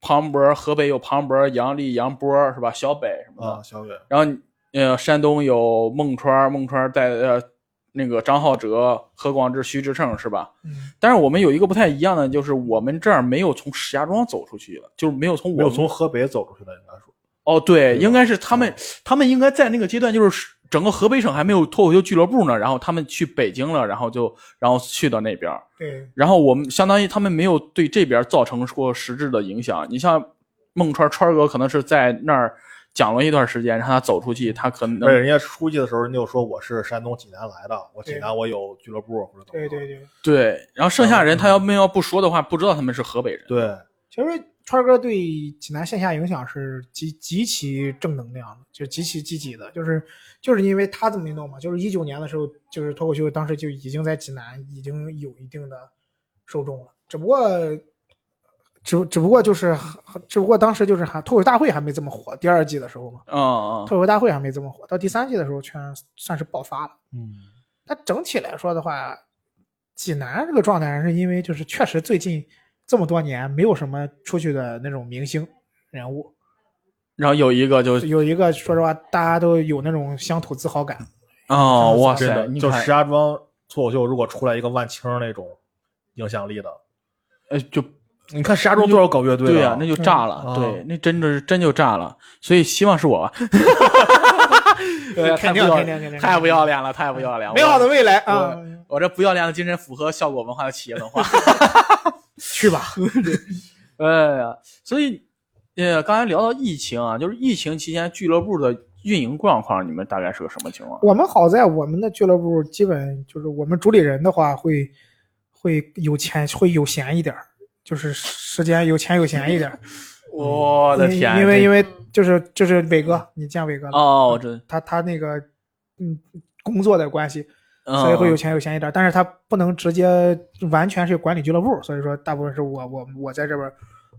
Speaker 1: 庞博，河北有庞博、杨丽、杨波是吧？小北什么的，
Speaker 2: 啊，小伟，
Speaker 1: 然后你呃，山东有孟川，孟川在呃那个张浩哲、何广智、徐志胜是吧？
Speaker 4: 嗯，
Speaker 1: 但是我们有一个不太一样的，就是我们这儿没有从石家庄走出去的，就是没有从我
Speaker 2: 没有
Speaker 1: 们
Speaker 2: 从河北走出去的，应该说
Speaker 1: 哦，对，
Speaker 2: 对吧嗯
Speaker 1: 应该是他们，他们应该在那个阶段，就是整个河北省还没有脱口秀俱乐部呢，然后他们去北京了，然后就然后去到那边儿，
Speaker 4: 对，
Speaker 1: 然后我们相当于他们没有对这边造成过实质的影响。你像孟川川哥，可能是在那儿讲了一段时间，让他走出去，他可能
Speaker 2: 而且人家出去的时候，人家就说我是山东济南来的，我济
Speaker 4: 对
Speaker 2: 南我有俱乐部或者怎么
Speaker 4: 对
Speaker 2: 样。
Speaker 4: 对对。
Speaker 1: 对，然后剩下人他要没要不说的话，不知道他们是河北人。
Speaker 2: 嗯对
Speaker 4: 其实川哥对济南线下影响是极极其正能量的，就极其积极的，就是就是因为他这么一弄嘛，就是一九年的时候，就是脱口秀当时就已经在济南已经有一定的受众了，只不过只只不过就是只不过当时就是还脱口秀大会还没这么火，第二季的时候嘛，
Speaker 1: 嗯嗯，
Speaker 4: 脱口秀大会还没这么火，到第三季的时候全算是爆发了。
Speaker 2: 嗯，
Speaker 4: 但整体来说的话，济南这个状态还是因为就是确实最近这么多年没有什么出去的那种明星人物，
Speaker 1: 然后有一个就
Speaker 4: 有一个说实话大家都有那种乡土自豪感，
Speaker 1: 哦，哇
Speaker 2: 真
Speaker 1: 塞，
Speaker 2: 的，啊
Speaker 1: 你
Speaker 2: 就
Speaker 1: 看
Speaker 2: 石，家庄脱口秀如果出来一个万青儿那种影响力的，
Speaker 1: 呃，就
Speaker 2: 你看石家庄多少搞乐队的
Speaker 1: 对呀、那就炸了，
Speaker 2: 啊嗯
Speaker 1: 对
Speaker 2: 啊，
Speaker 1: 那真的是真就炸了，所以希望是
Speaker 2: (laughs)
Speaker 1: 我吧。哎呀 (laughs)
Speaker 2: 啊
Speaker 1: 太
Speaker 4: 肯
Speaker 1: 不
Speaker 4: 定
Speaker 1: 要
Speaker 4: 肯定肯定肯定
Speaker 1: 太不要脸了，太不要脸了！
Speaker 4: 美好的未来
Speaker 1: 我
Speaker 4: 啊！
Speaker 1: 我我这不要脸的精神符合效果文化和企业文化。
Speaker 4: 去吧，
Speaker 1: 哎呀，所以呃，刚才聊到疫情啊，就是疫情期间俱乐部的运营状况，你们大概是个什么情况？
Speaker 4: 我们好在我们的俱乐部基本就是我们主理人的话会会有钱会有闲一点儿，就是时间有钱有闲一点儿。
Speaker 1: 我的天，
Speaker 4: 因为因
Speaker 1: 为
Speaker 4: 为就是就是伟哥，你见伟哥了，
Speaker 1: 哦，我这
Speaker 4: 他他那个嗯工作的关系，
Speaker 1: 嗯
Speaker 4: 所以会有钱有闲一点儿，但是他不能直接完全是管理俱乐部，所以说大部分是我我我在这边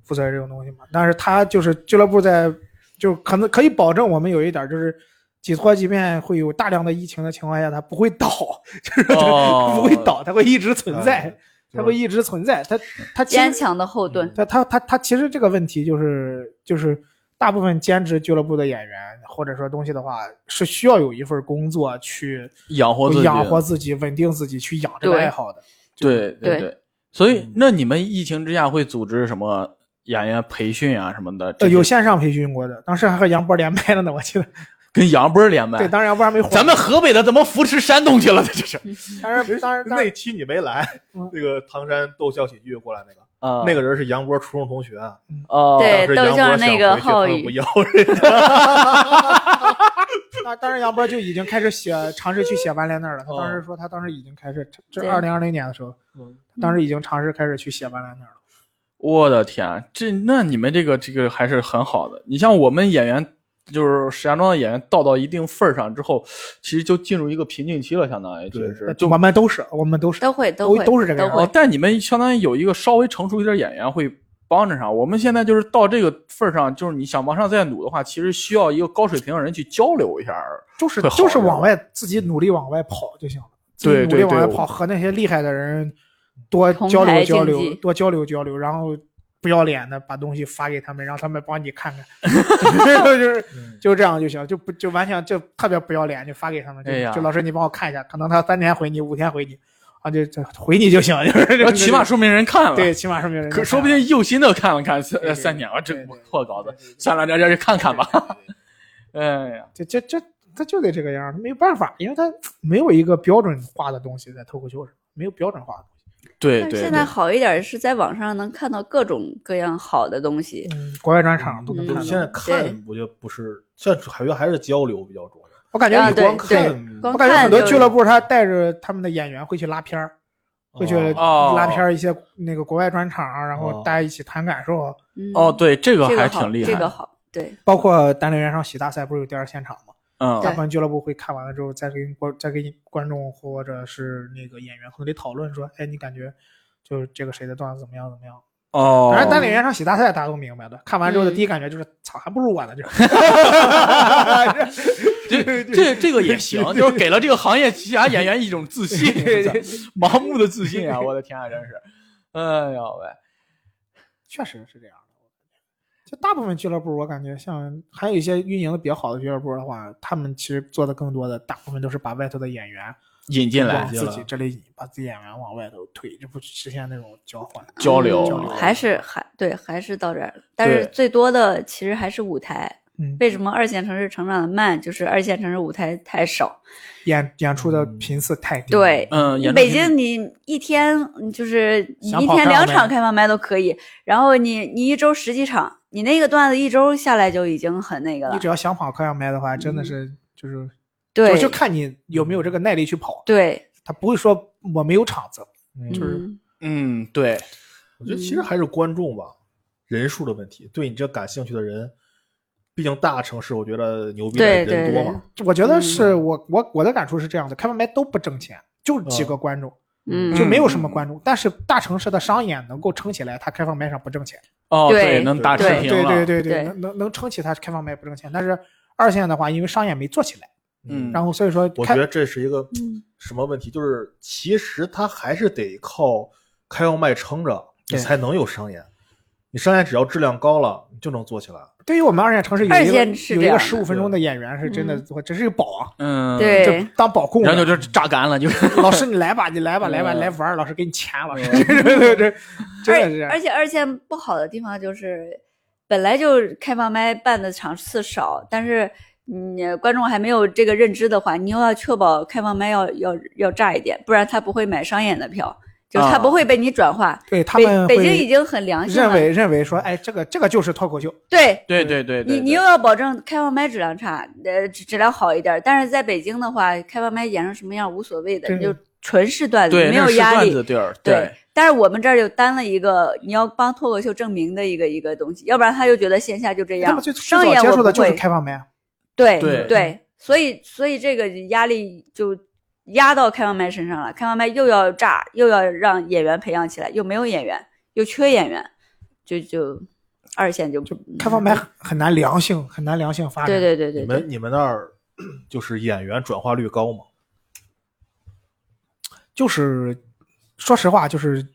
Speaker 4: 负责这种东西嘛。但是他就是俱乐部在，就可能可以保证我们有一点儿就是。几拖即便会有大量的疫情的情况下，它不会倒， (laughs) 就是它
Speaker 1: 哦
Speaker 4: 不会倒，它会一直存在
Speaker 2: 哎，
Speaker 4: 它会一直存在。它它其
Speaker 3: 坚
Speaker 4: 实嗯
Speaker 3: 强的后盾。
Speaker 4: 它它它它其实这个问题就是就是大部分兼职俱乐部的演员或者说东西的话，是需要有一份工作去
Speaker 1: 养活自己，
Speaker 4: 养活自己、稳定自己，去养这个
Speaker 3: 对
Speaker 4: 爱好的。
Speaker 1: 对
Speaker 3: 对
Speaker 1: 对。所以，那你们疫情之下会组织什么演员培训啊什么的？这
Speaker 4: 呃，
Speaker 1: 些
Speaker 4: 有线上培训过的，当时还和杨波连麦了呢，我记得。
Speaker 1: 跟杨波连麦
Speaker 4: 对，，当时杨波还没火。
Speaker 1: 哎咱们河北的怎么扶持山东去了？这就是
Speaker 4: 当时当时当
Speaker 2: 那
Speaker 4: 时
Speaker 2: 期你没来
Speaker 4: 嗯，
Speaker 2: 那个唐山逗笑喜剧过来那个，
Speaker 1: 啊
Speaker 2: 那个人是杨波初中同学，啊
Speaker 1: 哦，
Speaker 2: 当
Speaker 3: 对
Speaker 2: 时
Speaker 3: 逗
Speaker 2: 杨
Speaker 3: 笑
Speaker 2: 波
Speaker 3: 那
Speaker 2: 想
Speaker 3: 个
Speaker 2: 回去他
Speaker 3: 浩
Speaker 2: 们
Speaker 3: 宇
Speaker 2: 不要人家，
Speaker 4: 当当时杨波就已经开始写尝试去写完联那儿了。他当
Speaker 1: 哦
Speaker 4: 时说他当时已经开始，这
Speaker 3: 对
Speaker 4: 二零二零年的时候，
Speaker 1: 嗯
Speaker 4: 当时已经尝试开始去写完联那儿了。
Speaker 1: 我的天，啊这那你们这个这个还是很好的。你像我们演员，就是石家庄的演员，到到一定份儿上之后，其实就进入一个瓶颈期了，相当于就
Speaker 2: 对
Speaker 1: 是
Speaker 4: 就我们都是，我们都是
Speaker 3: 都会
Speaker 4: 都
Speaker 3: 会
Speaker 4: 都是这个样
Speaker 3: 会
Speaker 1: 哦，但你们相当于有一个稍微成熟一点演员会帮着上。我们现在就是到这个份儿上，就是你想往上再努的话，其实需要一个高水平的人去交流一下。
Speaker 4: 就是
Speaker 1: 会好
Speaker 4: 就是
Speaker 1: 一点
Speaker 4: 往外自己努力往外跑就行了，自己
Speaker 1: 对
Speaker 4: 努
Speaker 1: 对
Speaker 4: 力往
Speaker 1: 对
Speaker 4: 外
Speaker 1: 我
Speaker 4: 跑，和那些厉害的人多
Speaker 3: 嗯同
Speaker 4: 交流
Speaker 3: 台
Speaker 4: 交
Speaker 3: 竞
Speaker 4: 流
Speaker 3: 技，
Speaker 4: 多交流交流，然后不要脸的把东西发给他们，让他们帮你看
Speaker 1: (laughs)
Speaker 4: 看，就是
Speaker 2: (laughs)
Speaker 4: 就这样就行，就不就完全就特别不要脸，就发给他们，就、
Speaker 1: 哎呀
Speaker 4: 就老师你帮我看一下，可能他三天回你，五天回你，啊就就回你就行，就是
Speaker 1: 然
Speaker 4: 就
Speaker 1: 后呃起码说明人看了，
Speaker 4: 对，起码说明人
Speaker 1: 可
Speaker 4: 家
Speaker 1: 说不
Speaker 4: 看了
Speaker 1: 定用心的看了看三
Speaker 4: 对对
Speaker 1: 三年啊，这
Speaker 4: 对对
Speaker 1: 我破稿子
Speaker 4: 对对，对
Speaker 1: 算了，这这就看看吧。哎呀，
Speaker 4: 这这这他就得这个样儿，没办法，因为他没有一个标准化的东西在脱口秀上，没有标准化的东西。
Speaker 1: 对
Speaker 3: 但是
Speaker 1: 对
Speaker 3: 现在
Speaker 1: 对，
Speaker 3: 好一点，是在网上能看到各种各样好的东西。
Speaker 4: 嗯，国外专场都能
Speaker 3: 嗯
Speaker 4: 看到。
Speaker 2: 现在
Speaker 3: 对
Speaker 2: 看我觉得不是，现在还还是交流比较重要。
Speaker 4: 我感觉
Speaker 3: 啊
Speaker 4: 有
Speaker 3: 对
Speaker 4: 光
Speaker 3: 对
Speaker 4: 看，
Speaker 3: 光
Speaker 4: 我感觉很多
Speaker 3: 看就
Speaker 4: 俱乐部他带着他们的演员会去拉片儿，会去
Speaker 1: 哦
Speaker 4: 拉片儿一些那个国外专场，然后
Speaker 2: 哦
Speaker 4: 大家一起谈感受。
Speaker 3: 嗯
Speaker 1: 哦，，对，这个
Speaker 3: 这
Speaker 1: 还
Speaker 3: 个好，
Speaker 1: 挺厉
Speaker 3: 这
Speaker 1: 害
Speaker 3: 个
Speaker 1: 的。
Speaker 3: 好，对，
Speaker 4: 包括单立人上喜大赛不是有第二现场吗？
Speaker 1: 嗯，
Speaker 4: 大部分俱乐部会看完了之后，再跟观再跟观众或者是那个演员和你讨论说，哎，你感觉就是这个谁的段子怎么样怎么样？
Speaker 1: 哦，
Speaker 4: 反正单立人上喜大赛大家都明白的，看完之后的
Speaker 3: 嗯
Speaker 4: 第一感觉就是，操，还不如我呢，就
Speaker 1: 这这这个也
Speaker 4: (laughs)
Speaker 1: 行，就是给了这个行业其他演员一种自信， (laughs) 盲目的自信啊！我的天啊，真是，哎呀喂，
Speaker 4: 确实是这样的。就大部分俱乐部，我感觉像还有一些运营的比较好的俱乐部的话，他们其实做的更多的，大部分都是把外头的演员
Speaker 1: 引进
Speaker 4: 往
Speaker 1: 来
Speaker 4: 自
Speaker 2: 进
Speaker 4: 己
Speaker 2: 来
Speaker 4: 这里引，把自己演员往外头推，这不实现那种交换
Speaker 1: 交流
Speaker 4: 嗯交流
Speaker 3: 嗯还是还对，还是到这儿了。但是
Speaker 1: 对
Speaker 3: 最多的其实还是舞台。
Speaker 4: 嗯
Speaker 3: 为什么二线城市成长的慢？就是二线城市舞台太少。
Speaker 4: 演演出的频次太低。
Speaker 3: 对，
Speaker 1: 嗯，演出
Speaker 3: 北京你一天嗯就是你
Speaker 4: 想
Speaker 3: 一
Speaker 4: 跑
Speaker 3: 天
Speaker 4: 开
Speaker 3: 两
Speaker 4: 放麦
Speaker 3: 场开放麦都可以，然后你你一周十几场，你那个段子一周下来就已经很那个
Speaker 4: 你
Speaker 3: 了
Speaker 4: 只。要想跑科要麦的话，
Speaker 1: 嗯
Speaker 4: 真的是就是
Speaker 3: 对
Speaker 4: 就，就看你有没有这个耐力去跑。
Speaker 3: 对，
Speaker 4: 他不会说我没有场子，
Speaker 2: 就是
Speaker 3: 嗯
Speaker 1: 嗯，对，
Speaker 2: 我觉得其实还是观众吧，人数的问题。对你这感兴趣的人，毕竟大城市，我觉得牛逼的
Speaker 3: 对
Speaker 2: 人
Speaker 3: 嗯对
Speaker 2: 多嘛。
Speaker 4: 我觉得是我我我的感触是这样的，开放麦都不挣钱，就几个观众。
Speaker 3: 嗯，
Speaker 4: 就没有什么观众。但是大城市的商演能够撑起来，它开放麦上不挣钱。
Speaker 1: 哦，
Speaker 3: 对
Speaker 1: 能打持
Speaker 3: 对
Speaker 1: 平
Speaker 4: 对
Speaker 1: 了，
Speaker 4: 对对
Speaker 3: 对
Speaker 4: 能能能撑起它开放麦不挣钱。但是二线的话，因为商演没做起来，
Speaker 1: 嗯
Speaker 4: 然后所以说
Speaker 2: 我
Speaker 4: 开
Speaker 2: 觉得这是一个
Speaker 3: 嗯
Speaker 2: 什么问题？就是其实他还是得靠开放麦撑着，你
Speaker 4: 对
Speaker 2: 才能有商演。你商业只要质量高了，你就能做起来。
Speaker 4: 对于我们二线城市有
Speaker 3: 二
Speaker 4: 一个
Speaker 3: 线是
Speaker 4: 有
Speaker 3: 这
Speaker 4: 一
Speaker 3: 样
Speaker 4: 个
Speaker 3: 的嗯
Speaker 4: 十五分钟的演员是真的，我真是个宝啊，
Speaker 1: 嗯，
Speaker 3: 对
Speaker 4: 就当宝控的。
Speaker 1: 然后就就榨干了，就是
Speaker 4: 老师你来吧，你来吧，来吧，
Speaker 1: 嗯
Speaker 4: 来玩儿，老师给你钱，老师，这这这真的是这
Speaker 3: 而
Speaker 4: 样
Speaker 3: 而。且二线不好的地方就是，本来就开放麦办的场次少，但是你、观众还没有这个认知的话，你又要确保开放麦要要要炸一点，不然他不会买商演的票，就是他
Speaker 1: 啊
Speaker 3: 不会被你转化。
Speaker 4: 对他们
Speaker 3: 北北
Speaker 4: 会
Speaker 3: 京已经很良心
Speaker 4: 认
Speaker 3: 了，
Speaker 4: 为认为说，哎，这个这个就是脱口秀，
Speaker 3: 对。
Speaker 1: 对对对对，
Speaker 3: 你你又要保证开放麦质量差，呃，质质量好一点，但是在北京的话，开放麦演成什么样无所谓的，
Speaker 4: 对
Speaker 3: 你就纯是段子，
Speaker 1: 对
Speaker 3: 没有压力
Speaker 1: 的，地儿，
Speaker 3: 对，但是我们这儿就担了一个你要帮脱口秀证明的一个一个东西，要不然他就觉得线下就这
Speaker 4: 他
Speaker 3: 样
Speaker 4: 们最，最
Speaker 3: 商
Speaker 4: 早
Speaker 3: 演
Speaker 4: 接
Speaker 3: 我
Speaker 4: 触的
Speaker 3: 不
Speaker 4: 就是
Speaker 3: 会，
Speaker 4: 开放麦，啊
Speaker 3: 对
Speaker 1: 对
Speaker 3: 所以所以这个压力就压到开放麦身上了，开放麦又要炸，又要让演员培养起来，又没有演员，又缺演员，就就二线就就嗯
Speaker 4: 开放麦很很难良性，很难良性发展。
Speaker 3: 对对对对
Speaker 2: 你们
Speaker 3: 对，
Speaker 2: 你们那儿 (clears throat) 就是演员转化率高吗？
Speaker 4: 就是说实话，就是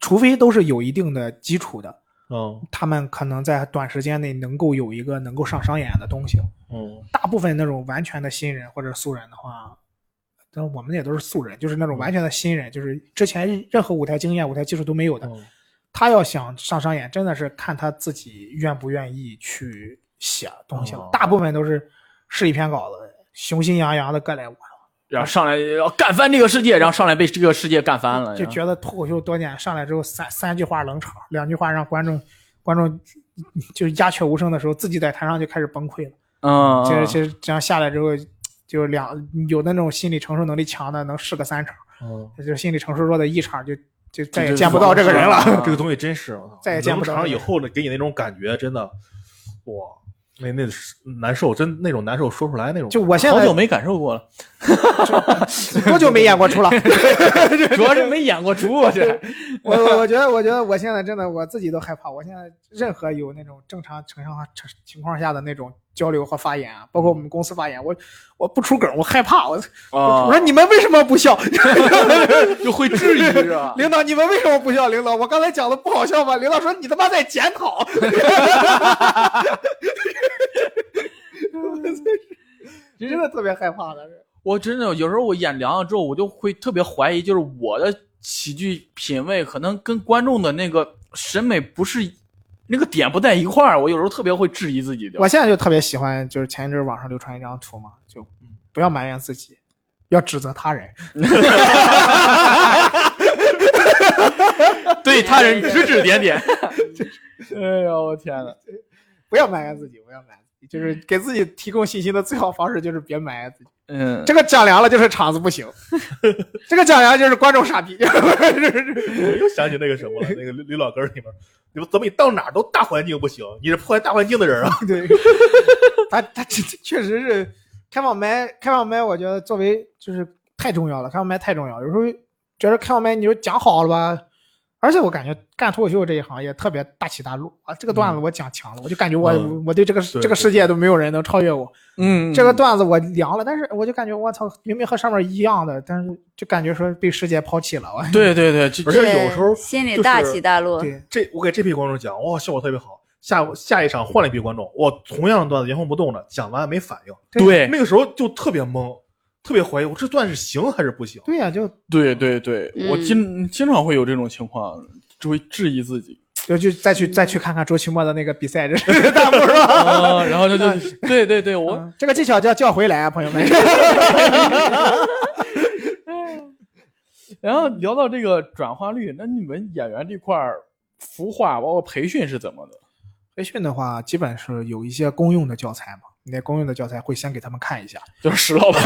Speaker 4: 除非都是有一定的基础的，
Speaker 2: 嗯
Speaker 4: 他们可能在短时间内能够有一个能够上商演的东西。
Speaker 2: 嗯
Speaker 4: 大部分那种完全的新人或者素人的话，但我们也都是素人，就是那种完全的新人，就是之前任何舞台经验、舞台技术都没有的，
Speaker 2: 嗯
Speaker 4: 他要想上商演，真的是看他自己愿不愿意去写东西了。
Speaker 2: 哦
Speaker 4: 大部分都是试一篇稿子，雄心洋洋的干来我，
Speaker 1: 然后上来要干翻这个世界，然后上来被这个世界干翻了，
Speaker 4: 就觉得脱口秀多年上来之后三三句话冷场，两句话让观众观众就是鸦雀无声的时候，自己在台上就开始崩溃了。
Speaker 1: 嗯，
Speaker 4: 其
Speaker 1: 嗯
Speaker 4: 实其实这样下来之后，就两有的那种心理承受能力强的能试个三场，
Speaker 2: 嗯，
Speaker 4: 就心理承受弱的一场就就
Speaker 1: 就
Speaker 4: 再也
Speaker 1: 是
Speaker 4: 见不到这个人了。
Speaker 1: 啊
Speaker 2: 这个东西真是，我操
Speaker 4: 再也见不着
Speaker 2: 尝以后呢，给你那种感觉，真的，哇，那那是难受，真那种难受说不出来那种。
Speaker 4: 就我现
Speaker 1: 好
Speaker 4: 在
Speaker 1: 久没感受
Speaker 4: (laughs)
Speaker 1: 过了，
Speaker 4: 多久没演过
Speaker 1: (laughs)
Speaker 4: 出了？
Speaker 1: 主要是没演过猪，我
Speaker 4: (laughs)
Speaker 1: 这
Speaker 4: 我我我觉得，我觉得我现在真的我自己都害怕。我现在任何有那种正常情况情情况下的那种交流和发言啊，包括我们公司发言，我我不出梗，我害怕。我、
Speaker 1: 啊
Speaker 4: 我说你们为什么不笑？ (laughs)
Speaker 1: (laughs) 就会质疑是吧？
Speaker 4: 领导，你们为什么不笑？领导，我刚才讲的不好笑吗？领导说你他妈在检讨。 (laughs) 真是真的特别害怕的是，
Speaker 1: (laughs) 我真的有时候我演凉了之后，我就会特别怀疑，就是我的喜剧品味可能跟观众的那个审美不是那个点不在一块儿，我有时候特别会质疑自己的。
Speaker 4: 我现在就特别喜欢，就是前一阵网上流传一张图嘛，就不要埋怨自己，要指责他人。
Speaker 1: 对他人指指点点，
Speaker 4: 哎呦，我天嗯呐， (laughs) 不要埋怨自己，不要埋怨自己，就是给自己提供信息的最好方式就是别埋怨自己。
Speaker 1: 嗯，
Speaker 4: 这个讲凉了就是场子不 (laughs) 行，这个讲凉就是观众傻逼。 (laughs)
Speaker 2: 我又想起那个什么了，那个刘刘老根儿里面，你们怎么你到哪儿都大环境不行，你是破坏大环境的人啊！ (laughs)
Speaker 4: (laughs) 对，他他这这确实是开放麦，开放麦我觉得作为就是太重要了，开放麦太重要，有时候觉得开放麦你就讲好了吧。而且我感觉干脱口秀这一行也特别大起大落啊！这个段子我讲强了，我就感觉我、
Speaker 2: 嗯
Speaker 4: 我我对这个
Speaker 2: 对
Speaker 4: 这个世界都没有人能超越我。
Speaker 1: 嗯
Speaker 4: 这个段子我凉了，但是我就感觉我操，明明和上面一样的，但是就感觉说被世界抛弃了。我
Speaker 1: 对对对，这
Speaker 2: 而且有时候
Speaker 3: 对心里
Speaker 2: 就是
Speaker 3: 大起大落，
Speaker 4: (laughs) 对
Speaker 2: 这我给这批观众讲，哇，效果特别好。下下一场换了一批观众，我同样的段子原封不动的讲完没反应，
Speaker 1: 对
Speaker 2: 那个时候就特别懵，特别怀疑我这段是行还是不行。
Speaker 4: 对呀、就
Speaker 1: 对对对，
Speaker 3: 嗯
Speaker 1: 我经经常会有这种情况，就会质疑自己，
Speaker 4: 就就再去再去看看周奇墨的那个比赛，这是 (laughs) 弹幕是吧？
Speaker 1: 啊，然后 (laughs) 就就对对对，我
Speaker 4: 嗯这个技巧叫叫回来啊，朋友们。
Speaker 1: 然后聊到这个转化率，那你们演员这块儿孵化包括培训是怎么的？
Speaker 4: 培训的话，基本是有一些公用的教材嘛，你那公用的教材会先给他们看一 (laughs) 下。
Speaker 1: 就是石老板，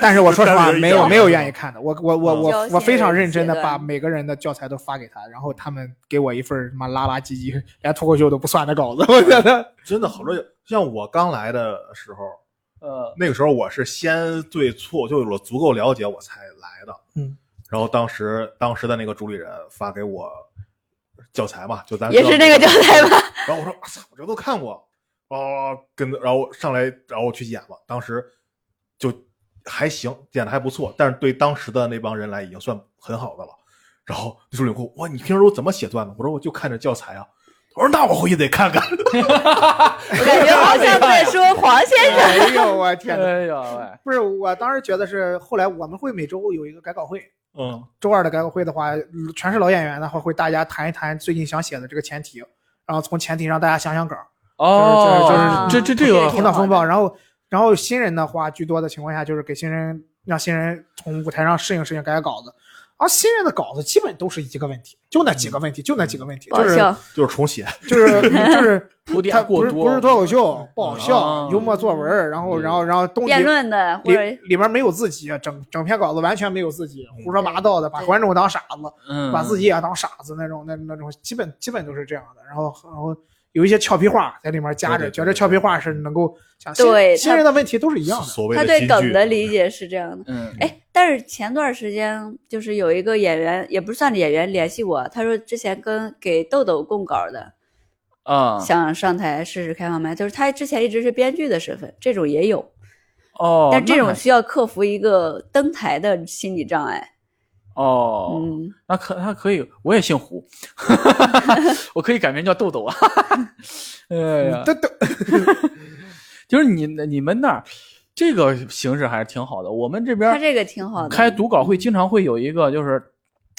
Speaker 4: 但是我说实话，没 (laughs) 有没有愿意
Speaker 2: 嗯
Speaker 4: 看的。我我我
Speaker 3: 教
Speaker 4: 我
Speaker 3: 学
Speaker 4: 我非常认真的
Speaker 3: 阶
Speaker 4: 把
Speaker 3: 段
Speaker 4: 每个人的教材都发给他，然后他们给我一份儿他妈拉拉唧唧，连脱口秀都不算的稿子。我觉得
Speaker 2: 真的好多，像我刚来的时候，
Speaker 1: 呃，
Speaker 2: 那个时候我是先对错就有了足够了解，我才来的。
Speaker 4: 嗯，
Speaker 2: 然后当时当时的那个主理人发给我教材嘛，就咱
Speaker 3: 也是那个教材吧？
Speaker 2: (laughs) 然后我说：“我、操，我这都看过。”啊，跟然后上来，然后我去演嘛，当时就还行，演的还不错，但是对当时的那帮人来已经算很好的了。然后就说：“领我，哇，你平时都怎么写段子？”我说：“我就看着教材啊。”他我说那我回去得看看。
Speaker 3: 我感觉好像在说黄先生。
Speaker 4: (laughs) 哎呦 (laughs) 我天哪！
Speaker 1: 哎呀喂，
Speaker 4: 不是，我当时觉得是后来我们会每周有一个改稿会，
Speaker 2: 嗯
Speaker 4: 周二的改稿会的话，嗯全是老演员的话，会大家谈一谈最近想写的这个前提，然后从前提让大家想想稿儿，
Speaker 1: 哦，
Speaker 3: 就是
Speaker 1: 这
Speaker 3: 就是
Speaker 1: 这这
Speaker 3: 啊
Speaker 1: 个
Speaker 4: 头脑风暴。然后，然后新人的话，居多的情况下就是给新人让新人从舞台上适应适应改改稿子，而啊新人的稿子基本都是一个问题，就那几个问题，就那几个问题，
Speaker 3: 搞
Speaker 4: 就是
Speaker 3: 嗯笑，
Speaker 2: (laughs) 就是重写，
Speaker 4: 就是
Speaker 3: (laughs)
Speaker 4: 就是
Speaker 1: 铺垫
Speaker 4: 他
Speaker 1: 过
Speaker 4: 不是
Speaker 1: 多，
Speaker 4: 不是脱口秀，不好
Speaker 1: 啊嗯
Speaker 4: 笑，幽默作文儿，然后
Speaker 1: 对
Speaker 4: 然后然后东西
Speaker 3: 辩论的或
Speaker 4: 里
Speaker 3: 者
Speaker 4: 里边没有自己，啊整整篇稿子完全没有自己，胡说八道的，把
Speaker 3: 对
Speaker 4: 观众当傻子，
Speaker 1: 嗯，
Speaker 4: 把自己啊也当傻子那种，那那种基本基本都是这样的。然后然后有一些俏皮话在里面夹
Speaker 2: 对
Speaker 4: 着，
Speaker 2: 对对
Speaker 4: 觉得俏皮话是能够想新
Speaker 3: 对
Speaker 4: 新
Speaker 3: 他
Speaker 4: 人的问题都是一样的。
Speaker 2: 所谓
Speaker 3: 他
Speaker 2: 的
Speaker 3: 对
Speaker 2: 金
Speaker 3: 梗
Speaker 2: 句
Speaker 3: 的理解是这样的。
Speaker 1: 嗯，
Speaker 3: 哎，但是前段时间就是有一个演员，也不算演员联系我，他说之前跟给豆豆供稿的，
Speaker 1: 啊，
Speaker 3: 想上台试试开放麦，就是他之前一直是编剧的身份，这种也有，
Speaker 1: 哦，
Speaker 3: 但这
Speaker 1: 那
Speaker 3: 种
Speaker 1: 还
Speaker 3: 需要克服一个登台的心理障碍。
Speaker 1: 哦，
Speaker 3: 嗯，
Speaker 1: 那可他可以，我也姓胡，我可以改名叫豆豆啊。哎呀，
Speaker 4: 对对，
Speaker 1: 就是你你们那儿这个形式还是挺好的，我们这边
Speaker 3: 他这个挺好的。
Speaker 1: 开读稿会经常会有一个，就是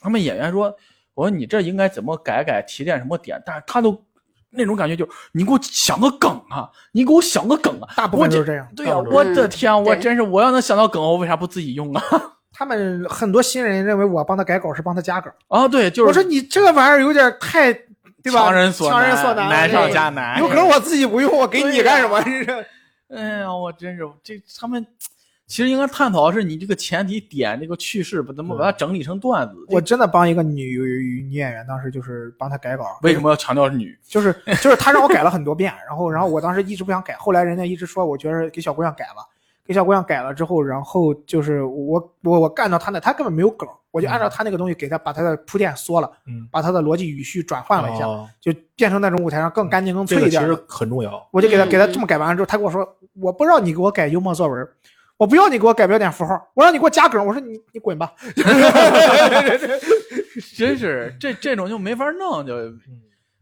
Speaker 1: 他们演员说，我说你这应该怎么改改，提炼什么点，但是他都那种感觉就是你给我想个梗啊，你给我想个梗啊，
Speaker 4: 大部
Speaker 1: 我
Speaker 4: 分都
Speaker 1: 这
Speaker 4: 是这样。
Speaker 1: 对呀、
Speaker 4: 大部分都是
Speaker 1: 我的天啊，我
Speaker 3: 嗯对
Speaker 1: 真是我要能想到梗，我为啥不自己用啊？
Speaker 4: 他们很多新人认为我帮他改稿是帮他加稿，
Speaker 1: 啊，对，就是
Speaker 4: 我说你这个玩意儿有点太，对吧？
Speaker 1: 强人所
Speaker 4: 强人所
Speaker 1: 难，
Speaker 4: 了
Speaker 1: 难上
Speaker 3: 对
Speaker 1: 加难。
Speaker 4: 有梗我自己不用，我给你干什么？ (laughs)
Speaker 1: (laughs)
Speaker 4: 这是
Speaker 1: 哎呀，我真是这他们其实应该探讨的是你这个前提点这个趣事，把怎么把它整理成段子。
Speaker 4: 嗯我真的帮一个女女演员，当时就是帮她改稿，
Speaker 1: 为什么要强调是女？
Speaker 4: 就是就是她让我改了很多遍，然后然后我当时一直不想改，后来人家一直说，我觉得给小姑娘改吧，给小姑娘改了之后，然后就是我我我按照她那，她根本没有梗，我就按照她那个东西给她把她的铺垫缩了，
Speaker 2: 嗯，
Speaker 4: 把她的逻辑语序转换了一下，
Speaker 2: 哦嗯
Speaker 4: 就变成那种舞台上更干净更
Speaker 2: 这
Speaker 4: 脆
Speaker 2: 个
Speaker 4: 一
Speaker 2: 其
Speaker 4: 点
Speaker 2: 实
Speaker 4: 的。
Speaker 2: 很重要。
Speaker 4: 我就给她
Speaker 3: 嗯
Speaker 4: 给她这么改完了之后，她跟我说，我不让你给我改幽默作文。我不要你给我改标点符号，我让你给我加梗。我说你你滚吧，
Speaker 1: 真是这这种就没法弄，就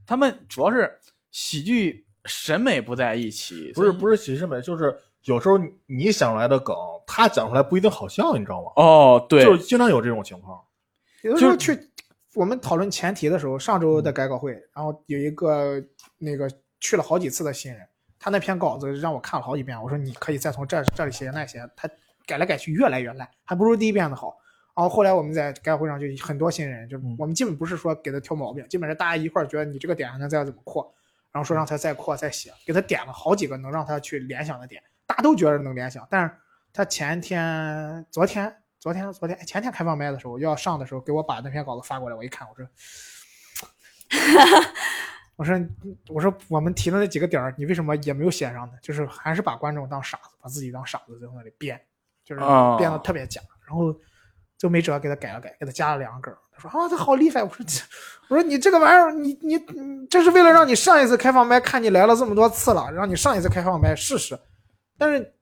Speaker 1: 他们主要是喜剧审美不在一起，
Speaker 2: 不是不是喜事美，就是有时候你你想出来的梗，他讲出来不一定好笑，你知道吗？
Speaker 1: 哦，对，
Speaker 2: 就是经常有这种情况。
Speaker 4: 有的时候
Speaker 1: 就
Speaker 4: 去我们讨论前提的时候，上周的改稿会，然后有一个那个去了好几次的新人，他那篇稿子让我看了好几遍，我说你可以再从这这里写那写，他改来改去越来越烂，还不如第一遍的好。然后后来我们在改稿会上就很多新人，就
Speaker 2: 嗯
Speaker 4: 我们基本不是说给他挑毛病，基本是大家一块儿觉得你这个点还能再怎么扩，然后说让他再扩再写，给他点了好几个能让他去联想的点，大家都觉得能联想，但是他前天、昨天、昨天、昨天、哎前天开放麦的时候要上的时候，给我把那篇稿子发过来，我一看，我说，我说，我说我们提的那几个点儿，你为什么也没有写上呢？就是还是把观众当傻子，把自己当傻子在那里编，就是
Speaker 1: 啊
Speaker 4: 编的特别假，然后就没辙，给他改了改，给他加了两个梗儿。他说啊，这好厉害！我说，这我说你这个玩意儿，你你你这是为了让你上一次开放麦，看你来了这么多次了，让你上一次开放麦试试。但是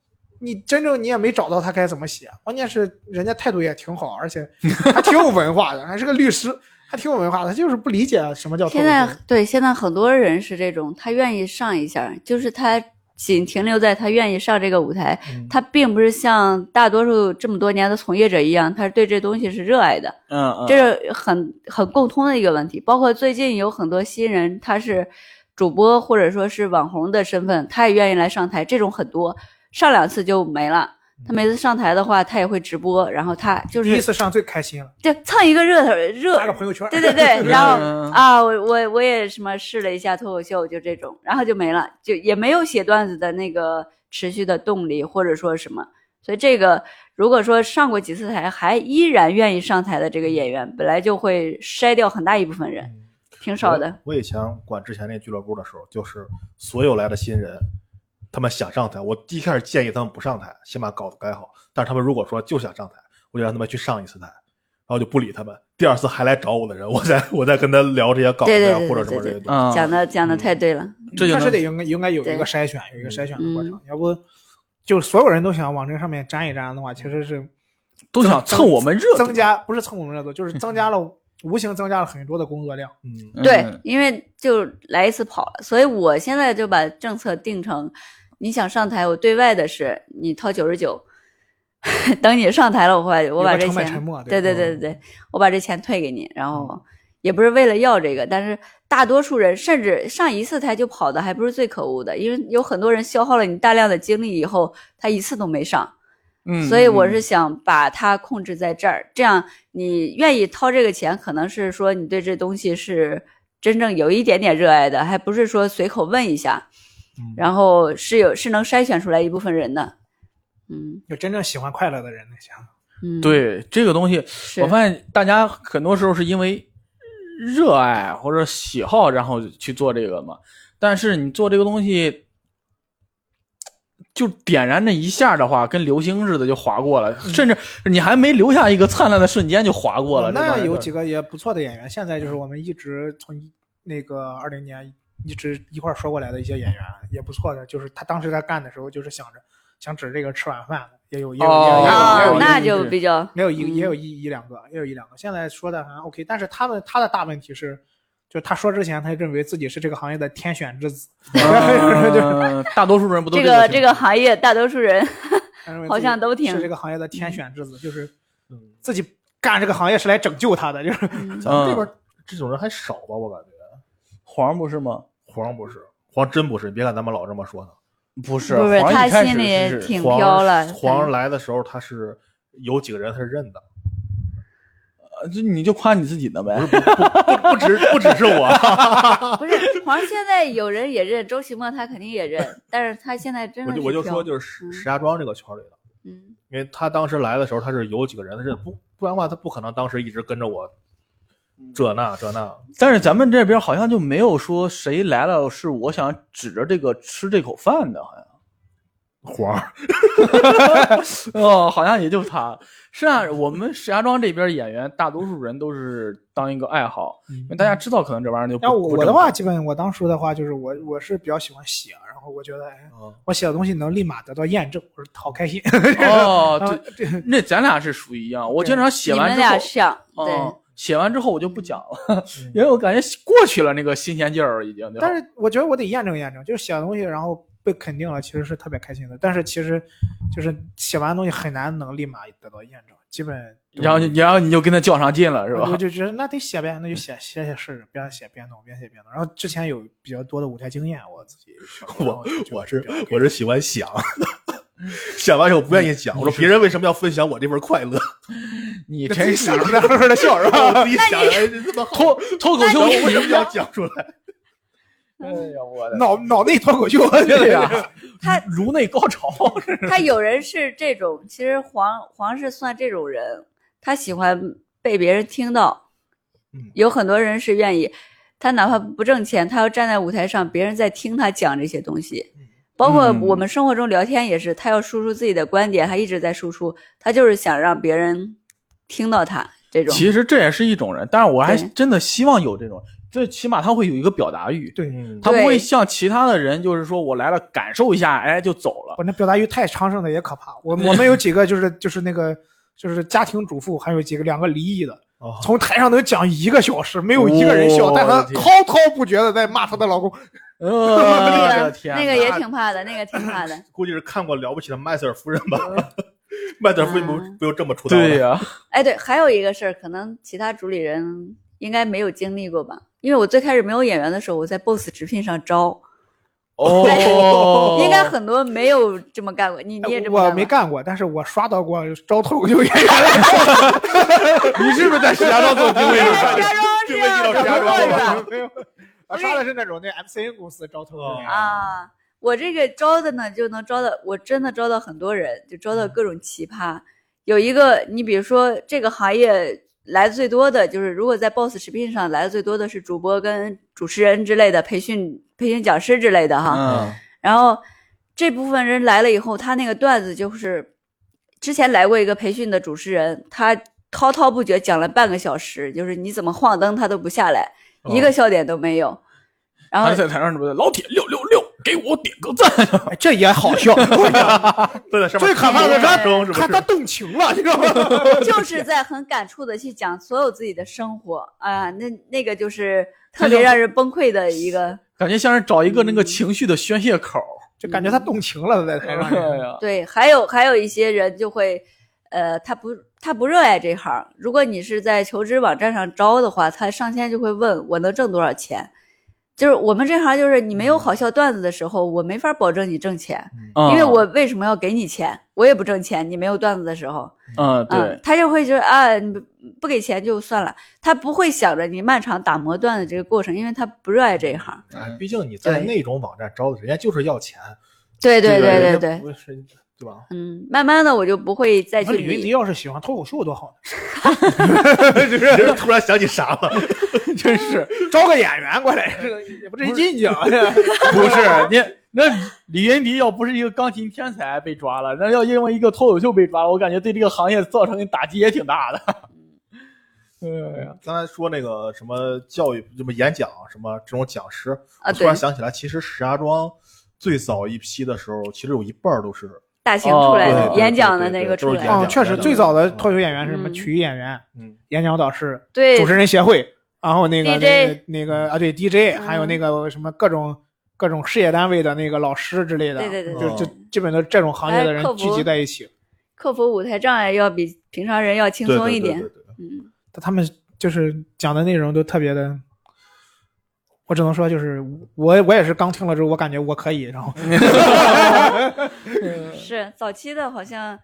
Speaker 4: 你真正你也没找到他该怎么写，关键是人家态度也挺好，而且还挺有文化的，还是个律师，还挺有文化的，他就是不理解什么叫脱
Speaker 3: 现
Speaker 4: 口
Speaker 3: 在
Speaker 4: 秀。
Speaker 3: 对现在很多人是这种，他愿意上一下，就是他仅停留在他愿意上这个舞台，
Speaker 1: 嗯
Speaker 3: 他并不是像大多数这么多年的从业者一样，他是对这东西是热爱的，
Speaker 1: 嗯嗯，
Speaker 3: 这是很很共通的一个问题。包括最近有很多新人，他是主播或者说是网红的身份，他也愿意来上台，这种很多，上两次就没了。他每次上台的话，他也会直播，然后他就
Speaker 4: 第一
Speaker 3: 是
Speaker 4: 次上最开心了，
Speaker 3: 就蹭一个热头热
Speaker 4: 发个朋友
Speaker 1: (laughs)
Speaker 4: 圈。
Speaker 3: 对对对，然后
Speaker 1: 嗯
Speaker 3: 啊，我我我也什么试了一下脱口秀，就这种，然后就没了，就也没有写段子的那个持续的动力或者说什么。所以这个如果说上过几次台还依然愿意上台的这个演员，本来就会筛掉很大一部分人，挺少的。
Speaker 2: 我。我以前管之前那俱乐部的时候，就是所有来的新人，他们想上台，我一开始建议他们不上台，先把稿子改好。但是他们如果说就想上台，我就让他们去上一次台，然后就不理他们。第二次还来找我的人，我再我再跟他聊这些稿子
Speaker 3: 对对
Speaker 2: 呀
Speaker 3: 对对
Speaker 2: 或者什么
Speaker 3: 对
Speaker 2: 这
Speaker 3: 对
Speaker 2: 些
Speaker 3: 对
Speaker 2: 东
Speaker 1: 嗯
Speaker 2: 西。
Speaker 3: 讲的讲的太对了，
Speaker 1: 这就
Speaker 4: 确实
Speaker 1: 能
Speaker 4: 得应该应该有一
Speaker 3: 对
Speaker 4: 个筛选，有一个筛选的过程
Speaker 3: 嗯，
Speaker 4: 要不就所有人都想往这上面沾一沾的话，其实是
Speaker 1: 都想蹭我们热度
Speaker 4: 增加不是蹭我们热度，就是增加了无形增加了很多的工作量。
Speaker 2: 嗯，
Speaker 3: 对，因为就来一次跑了，所以我现在就把政策定成，你想上台，我对外的是你掏九十九， (laughs) 等你上台了，我把我把这
Speaker 4: 成本
Speaker 3: 钱
Speaker 4: 沉没，
Speaker 3: 对
Speaker 4: 对
Speaker 3: 对对对对，我把这钱退给你，然后也不是为了要这个，但是大多数人甚至上一次台就跑的，还不是最可恶的，因为有很多人消耗了你大量的精力以后，他一次都没上，
Speaker 1: 嗯，
Speaker 3: 所以我是
Speaker 1: 嗯
Speaker 3: 想把它控制在这儿，这样你愿意掏这个钱，可能是说你对这东西是真正有一点点热爱的，还不是说随口问一下，
Speaker 1: 嗯
Speaker 3: 然后是有是能筛选出来一部分人的，嗯
Speaker 4: 有真正喜欢快乐的人，啊想
Speaker 3: 嗯，，
Speaker 1: 对这个东西，
Speaker 3: 是
Speaker 1: 我发现大家很多时候是因为热爱或者喜好，然后去做这个嘛。但是你做这个东西，就点燃那一下的话，跟流星似的就划过了，
Speaker 3: 嗯
Speaker 1: 甚至你还没留下一个灿烂的瞬间就划过了。这玩意
Speaker 4: 哦那
Speaker 1: 儿 (laughs)
Speaker 4: 有几个也不错的演员，现在就是我们一直从一那个二零年一直一块儿说过来的一些演员，也不错的。就是他当时在干的时候，就是想着想指这个吃晚饭的，也有也有也有也有也
Speaker 1: 哦
Speaker 4: 有
Speaker 3: 啊
Speaker 4: 也，有
Speaker 3: 那
Speaker 1: 也有
Speaker 3: 就比较
Speaker 4: 没有一个
Speaker 3: 嗯
Speaker 4: 也有一一两个，也有一两个。现在说的还 OK，但是他们他的大问题是，就他说之前，他认为自己是这个行业的天选之子，
Speaker 1: 哦
Speaker 4: (laughs)
Speaker 1: (laughs) 嗯大多数人不都
Speaker 3: 这
Speaker 1: 个
Speaker 3: 个
Speaker 1: 情
Speaker 3: 这个行业大多数
Speaker 1: (laughs)
Speaker 3: 人
Speaker 4: 他认为
Speaker 3: 好
Speaker 4: 自己
Speaker 3: 像都挺嗯
Speaker 4: 是这个行业的天选之子，就是
Speaker 1: 嗯
Speaker 4: 自己干这个行业是来拯救他的，就是
Speaker 2: 咱们这
Speaker 1: 嗯
Speaker 2: 边这种人还少吧，我感觉。
Speaker 1: 黄不是吗？
Speaker 2: 黄不是，黄真不是，别看咱们老这么说他。
Speaker 1: 不是，
Speaker 3: 不是
Speaker 1: 黄一
Speaker 3: 他
Speaker 1: 开
Speaker 3: 心
Speaker 1: 始
Speaker 3: 里
Speaker 1: 是
Speaker 3: 挺
Speaker 2: 黄
Speaker 3: 飘了
Speaker 2: 黄
Speaker 3: 嗯
Speaker 2: 来的时候，他是有几个人他是认的，
Speaker 1: 呃就你就夸你自己的呗。
Speaker 2: 不不只不只是
Speaker 3: (laughs)
Speaker 2: 我，
Speaker 3: 不是黄，现在有人也认周奇墨，他肯定也认，但是他现在真
Speaker 2: 我
Speaker 3: 的
Speaker 2: 就是我就
Speaker 3: 飘
Speaker 2: 说就是石
Speaker 3: 嗯
Speaker 2: 石家庄这个圈里
Speaker 3: 嗯
Speaker 2: 的，因为他当时来的时候他是有几个人他认，不不然的话他不可能当时一直跟着我这那这那。
Speaker 1: 但是咱们这边好像就没有说谁来了是我想指着这个吃这口饭的，好像。
Speaker 4: (laughs)
Speaker 2: 黄
Speaker 1: 哦，好像也就他。是啊，我们石家庄这边演员，大多数人都是当一个爱好，
Speaker 3: 嗯
Speaker 4: (laughs)
Speaker 1: 因为大家知道可能这玩意儿就不。
Speaker 4: 然后我
Speaker 1: 不
Speaker 4: 我
Speaker 1: 挣
Speaker 4: 的
Speaker 1: 钱
Speaker 4: 话，，基本我当时的话就是我我是比较喜欢写，啊然后我觉得哎，
Speaker 2: 嗯
Speaker 4: 我写的东西能立马得到验证，我说好开心。 (laughs)
Speaker 1: 哦，
Speaker 4: 啊
Speaker 1: 对，那咱俩是属于一样。我经常写
Speaker 3: 你
Speaker 1: 完
Speaker 3: 们
Speaker 1: 之
Speaker 3: 俩
Speaker 1: 后，
Speaker 3: 像对，
Speaker 1: 嗯，写完之后我就不讲了， (laughs) 因为我感觉过去了那个新鲜劲儿已经。
Speaker 4: 嗯但是我觉得我得验证验证，就是写的东西，然后被肯定了，其实是特别开心的。但是其实就是写完的东西很难能立马得到验证，基本
Speaker 1: 然后你然后你就跟他较上劲了，是吧嗯
Speaker 4: 我？就觉得那得写呗，那就写写写试试，边写边弄，边写边弄。然后之前有比较多的舞台经验，我自己想过然后
Speaker 2: 我
Speaker 4: 就觉得
Speaker 2: 我
Speaker 4: 比较
Speaker 2: 是
Speaker 4: OK
Speaker 2: 我是喜欢想，想完以后不愿意讲。我说别人为什么要分享我这份快乐？
Speaker 1: 你
Speaker 2: 你自己
Speaker 1: 真是
Speaker 2: 想着在呵呵的 (laughs) 笑是吧？ (laughs) 我自己想着哎这么好，
Speaker 1: 脱脱 (laughs) 口
Speaker 2: 然后
Speaker 1: 秀
Speaker 2: 我
Speaker 1: 演
Speaker 2: 为什么
Speaker 1: 员。
Speaker 2: 要讲出来？
Speaker 1: 哎呀，我的
Speaker 4: 脑脑内脱口秀，
Speaker 2: 啊
Speaker 4: 我觉得
Speaker 1: 对
Speaker 4: 呀
Speaker 1: 呀、
Speaker 3: 他
Speaker 1: 颅内高潮。
Speaker 3: 他有人是这种，其实黄黄是算这种人，他喜欢被别人听到
Speaker 2: 嗯。
Speaker 3: 有很多人是愿意，他哪怕不挣钱，他要站在舞台上，别人在听他讲这些东西。包括
Speaker 1: 嗯
Speaker 3: 我们生活中聊天也是，他要输出自己的观点，他一直在输出，他就是想让别人听到他这种。
Speaker 1: 其实这也是一种人，但是我还
Speaker 3: 对
Speaker 1: 真的希望有这种，最起码他会有一个表达欲，
Speaker 4: (laughs) 对，
Speaker 1: 他不
Speaker 3: 对
Speaker 1: 会像其他的人，就是说我来了感受一下，哎就走了。
Speaker 4: 我那表达欲太昌盛的也可怕。我我们有几个就是就是那个就是家庭主妇，还有几个两个离异的，
Speaker 2: (laughs) 哦
Speaker 4: 从台上能讲一个小时，没有一个人笑，
Speaker 1: 哦
Speaker 4: 但她
Speaker 1: 我的天
Speaker 4: 滔滔不绝的在骂她的老公。
Speaker 1: 呃，我
Speaker 3: (laughs) 那
Speaker 1: 的
Speaker 3: 个
Speaker 1: 天哪，
Speaker 3: 啊那个也挺怕的，那个挺怕的。
Speaker 2: 估计是看过《了不起的麦瑟尔夫人》吧？ (laughs) 麦瑟尔夫人不
Speaker 3: 嗯
Speaker 2: 不就这么出道的？
Speaker 1: 对呀、
Speaker 3: 哎，对，还有一个事儿，可能其他主理人应该没有经历过吧？因为我最开始没有演员的时候，我在 BOSS 直聘上招，
Speaker 1: 哦，
Speaker 3: (laughs) 应该很多没有这么干过。你你也这么
Speaker 4: 我
Speaker 3: 过
Speaker 4: 没干过，但是我刷到过招脱口秀 (laughs) 演员。
Speaker 2: 你是不是在石家庄做经理？
Speaker 3: 原来石家庄是
Speaker 2: 经
Speaker 3: 要
Speaker 4: 哎
Speaker 2: 到
Speaker 4: (laughs)
Speaker 2: 石家
Speaker 3: 招
Speaker 2: 庄
Speaker 3: 过
Speaker 2: 了
Speaker 3: 的。
Speaker 4: 没有，我刷的是那种那 MCN 公司招脱口秀演员。
Speaker 3: 啊！我这个招的呢，就能招到，我真的招到很多人，就招到各种奇葩。有一个，你比如说这个行业来的最多的就是，如果在 Boss 直聘上来的最多的是主播跟主持人之类的培训培训讲师之类的哈。
Speaker 1: 嗯，
Speaker 3: 然后这部分人来了以后，他那个段子就是之前来过一个培训的主持人，他滔滔不绝讲了半个小时，就是你怎么晃灯他都不下来，一个笑点都没有。然
Speaker 1: 他
Speaker 3: 后
Speaker 1: (laughs) 在台上什么的，老铁六六六，给我点个赞。
Speaker 4: 哎这也好笑。 (laughs) 我讲
Speaker 2: (laughs) 对的，上面
Speaker 4: 最可怕的是
Speaker 2: 大声是不
Speaker 4: 看他
Speaker 2: 是？
Speaker 4: 动情了，你知道吗？
Speaker 3: 就是在很感触的去讲所有自己的生活啊，那那个就是特别让人崩溃的一个。
Speaker 1: 感觉像是找一个那个情绪的宣泄口。
Speaker 4: 就感觉他动情了，在台上。 (laughs)
Speaker 1: 呀，
Speaker 3: (laughs) 对，还有还有一些人就会，呃，他不他不热爱这行。如果你是在求职网站上招的话，他上线就会问我能挣多少钱。就是我们这行，就是你没有好笑段子的时候，我没法保证你挣钱，
Speaker 1: 嗯
Speaker 3: 因为我为什么要给你钱？我也不挣钱，你没有段子的时候。
Speaker 1: 嗯
Speaker 3: 嗯
Speaker 1: 对，，
Speaker 3: 他就会觉得啊，你不不给钱就算了，他不会想着你漫长打磨段的这个过程，因为他不热爱这一行。
Speaker 2: 哎，毕竟你在那种网站招的，人家就是要钱，
Speaker 3: 对对
Speaker 2: 这个
Speaker 3: 对对
Speaker 2: 人家
Speaker 3: 对，
Speaker 2: 不是
Speaker 3: (laughs)
Speaker 2: 对吧？ (laughs)
Speaker 3: 嗯，慢慢的我就不会再
Speaker 4: 我
Speaker 3: 去
Speaker 4: 说李云迪
Speaker 3: 理。
Speaker 4: 要是喜欢脱口秀多好呢，
Speaker 2: 人家 (laughs) 突然想起啥了？
Speaker 4: 真是招个演员过来，这个也哎不真进去啊。
Speaker 1: (laughs)
Speaker 4: (laughs)
Speaker 1: 不是你那李云迪要不是一个钢琴天才被抓了，那要因为一个脱口秀被抓了，我感觉对这个行业造成的打击也挺大的。 (laughs) 哎呀，
Speaker 2: 刚才说那个什么教育，什么演讲，什么这种讲师，
Speaker 3: 啊
Speaker 2: 我突
Speaker 3: 对
Speaker 2: 然想起来，其实石家庄最早一批的时候，其实有一半儿都是
Speaker 3: 大型出来
Speaker 1: 哦
Speaker 3: 的
Speaker 1: 对
Speaker 3: 演讲的那
Speaker 2: 对
Speaker 3: 个
Speaker 2: 对
Speaker 3: 出
Speaker 2: 都是演
Speaker 3: 来
Speaker 2: 讲，
Speaker 4: 哦，确实，最早的脱口秀演员是什么
Speaker 3: 嗯
Speaker 4: 曲艺演员、
Speaker 2: 嗯，
Speaker 4: 演讲导师、
Speaker 3: 对
Speaker 4: 主持人协会，然后那个
Speaker 3: DJ
Speaker 4: 那个那个啊，对 DJ，
Speaker 3: 嗯
Speaker 4: 还有那个什么各种各种事业单位的那个老师之类的，
Speaker 3: 对对对
Speaker 2: 对
Speaker 4: 就
Speaker 2: 嗯
Speaker 4: 就基本都这种行业的人
Speaker 3: 还有客服
Speaker 4: 聚集在一起，
Speaker 3: 克服舞台障碍要比平常人要轻
Speaker 2: 对
Speaker 3: 松一
Speaker 2: 对对
Speaker 3: 点
Speaker 2: 对。对对
Speaker 3: 嗯，
Speaker 4: 但他们就是讲的内容都特别的。我只能说，就是我我也是刚听了之后，我感觉我可以，然后
Speaker 3: 嗯是早期的，好像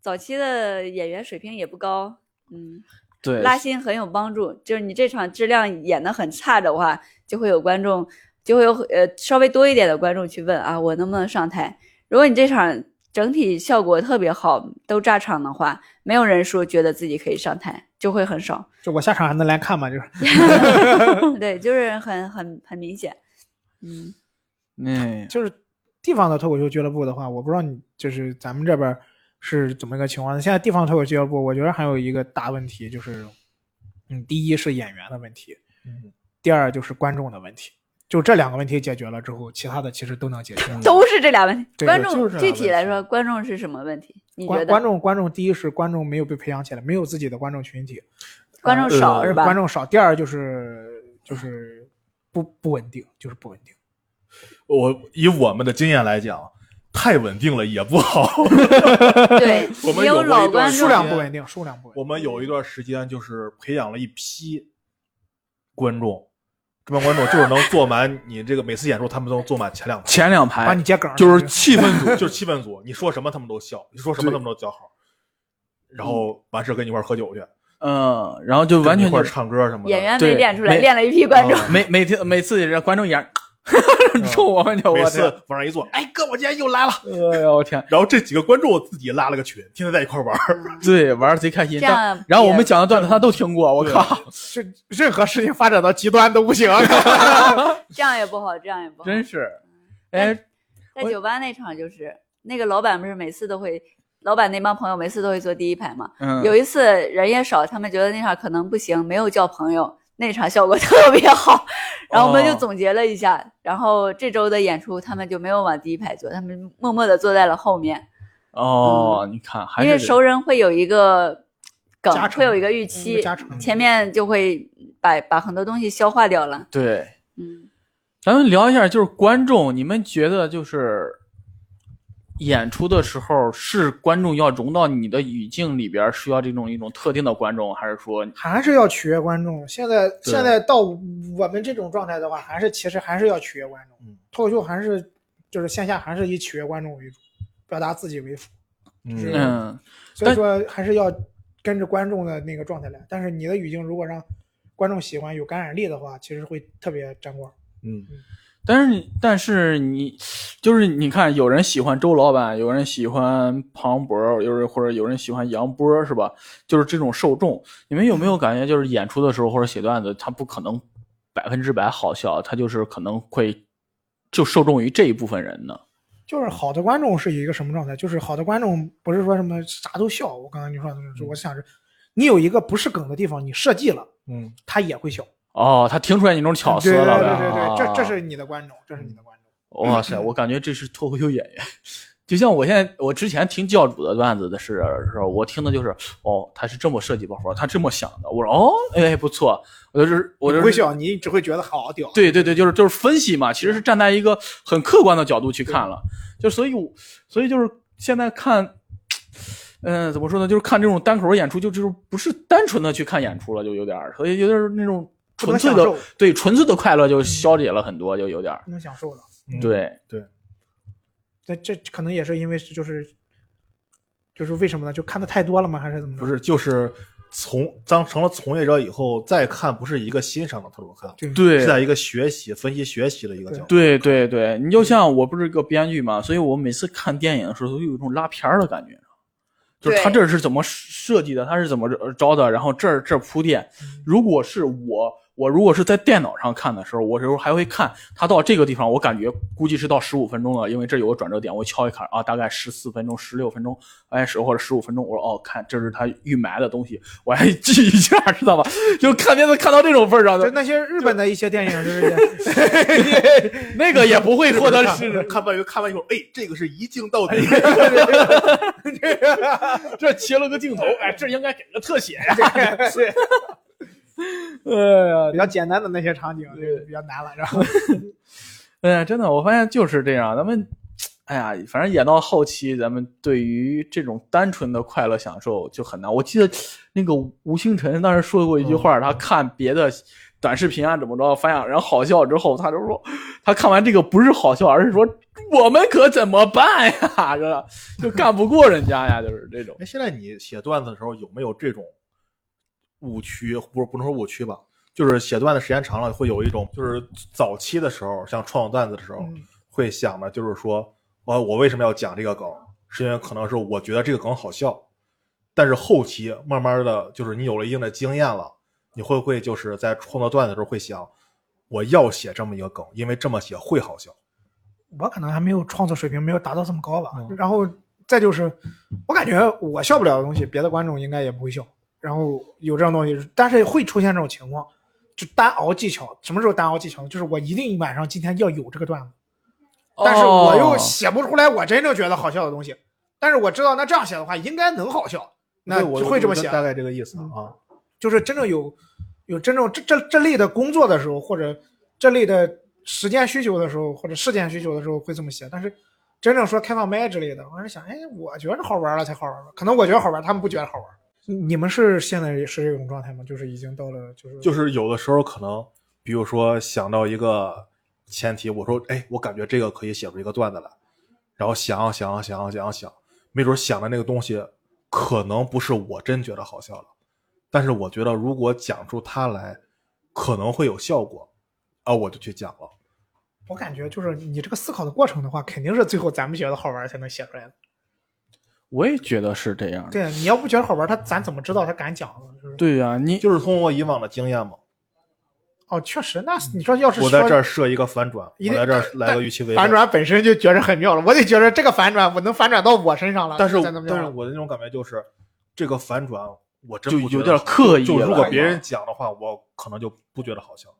Speaker 3: 早期的演员水平也不高。嗯，
Speaker 1: 对，
Speaker 3: 拉新很有帮助。就是你这场质量演的很差的话，就会有观众，就会有呃稍微多一点的观众去问啊，我能不能上台？如果你这场整体效果特别好，都炸场的话，没有人说觉得自己可以上台，就会很
Speaker 2: (laughs)
Speaker 3: 少。 (laughs)
Speaker 4: 就我下场还能来看吗？就是
Speaker 3: 对，就是很很很明显。嗯，
Speaker 1: 嗯，
Speaker 4: 就是地方的脱口秀俱乐部的话，我不知道你就是咱们这边儿是怎么个情况。现在地方脱口秀俱乐部，我觉得还有一个大问题就是，嗯，第一是演员的问题，
Speaker 2: 嗯
Speaker 4: 第二就是观众的问题。就这两个问题解决了之后，其他的其实都能解决。
Speaker 3: 都是这俩问题。
Speaker 4: 对
Speaker 3: 观
Speaker 2: 就
Speaker 3: 众
Speaker 2: 是这俩
Speaker 3: 具
Speaker 2: 问
Speaker 3: 体来
Speaker 2: 题
Speaker 3: 说，观众是什么问题？你觉
Speaker 4: 观
Speaker 3: 得
Speaker 4: 观众观众第一是观众没有被培养起来，没有自己的观众群体，
Speaker 3: 观众
Speaker 2: 呃
Speaker 3: 少是吧？
Speaker 4: 观众少。第二就是就是不不稳定，就是不稳定。
Speaker 2: 我以我们的经验来讲，太稳定了也不好。，
Speaker 3: 对
Speaker 2: (laughs) 我们
Speaker 3: 也
Speaker 2: 有过一
Speaker 3: 老
Speaker 2: 段
Speaker 3: 观
Speaker 2: 时
Speaker 4: 数
Speaker 3: 众
Speaker 4: 量不稳定，数量不稳定。
Speaker 2: 我们有一段时间就是培养了一批观众，这帮观众就是能坐满你这个每次演出，他们都能坐满前两排，
Speaker 1: 前两
Speaker 4: 把
Speaker 1: 排
Speaker 4: 你接梗儿
Speaker 1: 就是气氛组，
Speaker 2: (laughs) 就是气氛组，你说什么他们都笑，你说什么他们都叫好，然后完事儿跟你一块儿喝酒去，
Speaker 1: 嗯，然后就完
Speaker 2: 跟你
Speaker 1: 全
Speaker 2: 一块儿
Speaker 1: 就
Speaker 2: 唱歌什么的。
Speaker 3: 演员
Speaker 1: 对
Speaker 3: 没练出来，
Speaker 1: 没
Speaker 3: 练了一
Speaker 1: (laughs)
Speaker 3: 批观众。
Speaker 2: 啊
Speaker 1: 每每天每次人观众眼 (laughs) 冲我们就
Speaker 2: 嗯每
Speaker 1: 我
Speaker 2: 次
Speaker 1: 天，
Speaker 2: 往上一坐，哎哥，我今天又来了。
Speaker 1: 哎呦我天，
Speaker 2: 然后这几个观众自己拉了个群，天天在一块儿玩儿。
Speaker 1: 对，玩儿贼开心。
Speaker 3: 这
Speaker 1: 但
Speaker 3: 样
Speaker 1: 然后我
Speaker 3: 也
Speaker 1: 们讲的段子他都听过，我靠，
Speaker 4: 这任何事情发展到极端都不 (laughs) 行。啊
Speaker 3: 这样也不好，这样也不好。
Speaker 1: 真是。哎，
Speaker 3: 在
Speaker 1: 我
Speaker 3: 酒吧那场就是那个老板不是每次都会，老板那帮朋友每次都会坐第一排嘛。
Speaker 1: 嗯，
Speaker 3: 有一次人也少，他们觉得那场可能不行，没有叫朋友，那场效果 (laughs) 特别好。然后我们就
Speaker 1: 哦
Speaker 3: 总结了一下，然后这周的演出他们就没有往第一排坐，他们默默的坐在了后面，
Speaker 1: 哦，你看，还
Speaker 3: 因
Speaker 1: 是
Speaker 3: 为
Speaker 1: 得
Speaker 3: 熟人会有一个梗
Speaker 4: 加，成
Speaker 3: 会有一个预
Speaker 4: 嗯
Speaker 3: 期
Speaker 4: 加，成
Speaker 3: 前面就会把把很多东西消化掉了。
Speaker 1: 对。
Speaker 3: 嗯，
Speaker 1: 咱们聊一下，就是观众，你们觉得就是演出的时候，是观众要融到你的语境里边，需要这种一种特定的观众，还是说
Speaker 4: 还是要取悦观众。现在现在到我们这种状态的话，还是其实还是要取悦观众
Speaker 2: 嗯。
Speaker 4: 脱口秀还是就是线下还是以取悦观众为主，表达自己为主。
Speaker 2: 嗯
Speaker 1: 嗯
Speaker 4: 所以说还是要跟着观众的那个状态来。但是你的语境如果让观众喜欢、有感染力的话，其实会特别沾光。
Speaker 2: 嗯，
Speaker 1: 但是你，但是你，就是你看，有人喜欢周老板，有人喜欢庞博，有人或者有人喜欢杨波，是吧？就是这种受众，你们有没有感觉，就是演出的时候或者写段子，他不可能百分之百好笑，他就是可能会就受众于这一部分人呢？
Speaker 4: 就是好的观众是一个什么状态？就是好的观众不是说什么啥都笑。我刚才你说的那
Speaker 1: 嗯
Speaker 4: 种，我想着你有一个不是梗的地方，你设计了，
Speaker 2: 嗯，
Speaker 4: 他也会笑。
Speaker 1: 哦，他听出来你那种巧思
Speaker 4: 对对
Speaker 1: 了呗，
Speaker 4: 对对对，这这
Speaker 1: 啊
Speaker 4: 是你的观众，这是你的观众。
Speaker 1: 哇塞，我感觉这是脱口秀演员。就像我现在，我之前听教主的段子的是时候，我听的就是哦，他是这么设计包袱，他这么想的。我说哦，哎，不错，我就是我
Speaker 4: 你
Speaker 1: 就
Speaker 4: 不会
Speaker 1: 是
Speaker 4: 笑，你只会觉得好屌。
Speaker 1: 对对对，就是就是分析嘛，其实是站在一个很客观的角度去看了，就所以我所以就是现在看，嗯、怎么说呢，就是看这种单口演出，就就是不是单纯的去看演出了，就有点儿，所以有点儿那种
Speaker 4: 不
Speaker 1: 纯
Speaker 4: 能
Speaker 1: 粹
Speaker 4: 享
Speaker 1: 的
Speaker 4: 受
Speaker 1: 对纯粹的快乐就消解了很多，就有点儿
Speaker 4: 能享受了。
Speaker 2: 嗯，
Speaker 1: 对，
Speaker 4: 但这可能也是因为是就是就是为什么呢？就看的太多了吗？还是怎么着？
Speaker 2: 不是就是从当成了从业者以后再看，不是一个欣赏的角度看，
Speaker 4: 对
Speaker 1: 对
Speaker 2: 是在一个学习、分析、学习的一个角度。
Speaker 1: 对对对，你就像我不是个编剧嘛，所以我每次看电影的时候，都有一种拉片儿的感觉，就是他
Speaker 3: 对
Speaker 1: 这儿是怎么设计的，他是怎么着的，然后这儿这儿铺垫。如果是我，我如果是在电脑上看的时候，我有时候还会看他到这个地方，我感觉估计是到十五分钟了，因为这有个转折点，我敲一砍啊，大概十四分钟、十六分钟，哎，十或者十五分钟，我说哦，看这是他预埋的东西，我还记一下，知道吧？就看片子看到这种份儿上
Speaker 4: 就
Speaker 1: 的，
Speaker 4: 那些日本的一些电影，就是也
Speaker 1: 那个也不会获得是。
Speaker 2: 看半看完以后，哎，这个是一镜到底。
Speaker 1: 这切了个镜头，哎，这应该给个特写呀、
Speaker 4: 是
Speaker 1: 哎呀，
Speaker 4: 比较简单的那些场景，这个比较难了，然后
Speaker 1: 哎呀，真的，我发现就是这样。咱们，哎呀，反正演到后期，咱们对于这种单纯的快乐享受就很难。我记得那个吴星辰当时说过一句话，他看别的短视频啊怎么着，发现人好笑之后，他就说，他看完这个不是好笑，而是说我们可怎么办呀？这就干不过人家呀，就是这种。
Speaker 2: 哎，现在你写段子的时候有没有这种误区？不，不能说误区吧，就是写段子时间长了会有一种，就是早期的时候，像创作段子的时候，
Speaker 4: 嗯
Speaker 2: 会想的就是说，呃，我为什么要讲这个梗？是因为可能是我觉得这个梗好笑，但是后期慢慢的就是你有了一定的经验了，你会不会就是在创作段子的时候会想，我要写这么一个梗，因为这么写会好笑。
Speaker 4: 我可能还没有创作水平没有达到这么高吧
Speaker 2: 嗯。
Speaker 4: 然后再就是，我感觉我笑不了的东西，别的观众应该也不会笑。然后有这种东西，但是会出现这种情况，就单熬技巧。什么时候单熬技巧？就是我一定晚上今天要有这个段子，
Speaker 2: 哦
Speaker 4: 但是我
Speaker 1: 哦
Speaker 4: 又写不出来我真正觉得好笑的东西。但是我知道，那这样写的话应该能好笑，那
Speaker 2: 对我
Speaker 4: 就会这么嗯
Speaker 2: 我
Speaker 4: 写。
Speaker 2: 大概这个意思啊。
Speaker 4: 就是真正有有真正这这这类的工作的时候，或者这类的时间需求的时候，或者事件需求的时候会这么写。但是真正说开放麦之类的，我是想，哎，我觉得好玩了才好玩吧，可能我觉得好玩，他们不觉得好玩。你们是现在也是这种状态吗？就是已经到了，就是
Speaker 2: 就是有的时候可能，比如说想到一个前提，我说，哎，我感觉这个可以写出一个段子来，然后想啊想啊想啊想啊想，没准想的那个东西可能不是我真觉得好笑了，但是我觉得如果讲出它来，可能会有效果，啊，我就去讲了。
Speaker 4: 我感觉就是你这个思考的过程的话，肯定是最后咱们觉得好玩才能写出来的。
Speaker 1: 我也觉得是这样的。
Speaker 4: 对，啊你要不觉得好玩，他咱怎么知道他敢讲呢？就是
Speaker 1: 对呀、你
Speaker 2: 就是通过以往的经验嘛，
Speaker 4: 哦，确实，那你说要是
Speaker 2: 我在
Speaker 4: 说
Speaker 2: 这儿设一个反转，
Speaker 4: 一定
Speaker 2: 我在这儿来个预期违背
Speaker 4: 反。转本身就觉着很妙了，我得觉着这个反转我能反转到我身上了，
Speaker 2: 但是
Speaker 4: 才能
Speaker 2: 但是
Speaker 4: 妙
Speaker 2: 我的那种感觉就是，这个反转我真
Speaker 1: 就
Speaker 2: 不觉
Speaker 1: 有
Speaker 2: 得
Speaker 1: 点
Speaker 2: 好
Speaker 1: 刻意
Speaker 2: 就
Speaker 1: 了
Speaker 2: 如果别人讲的话，我可能就不觉得好笑。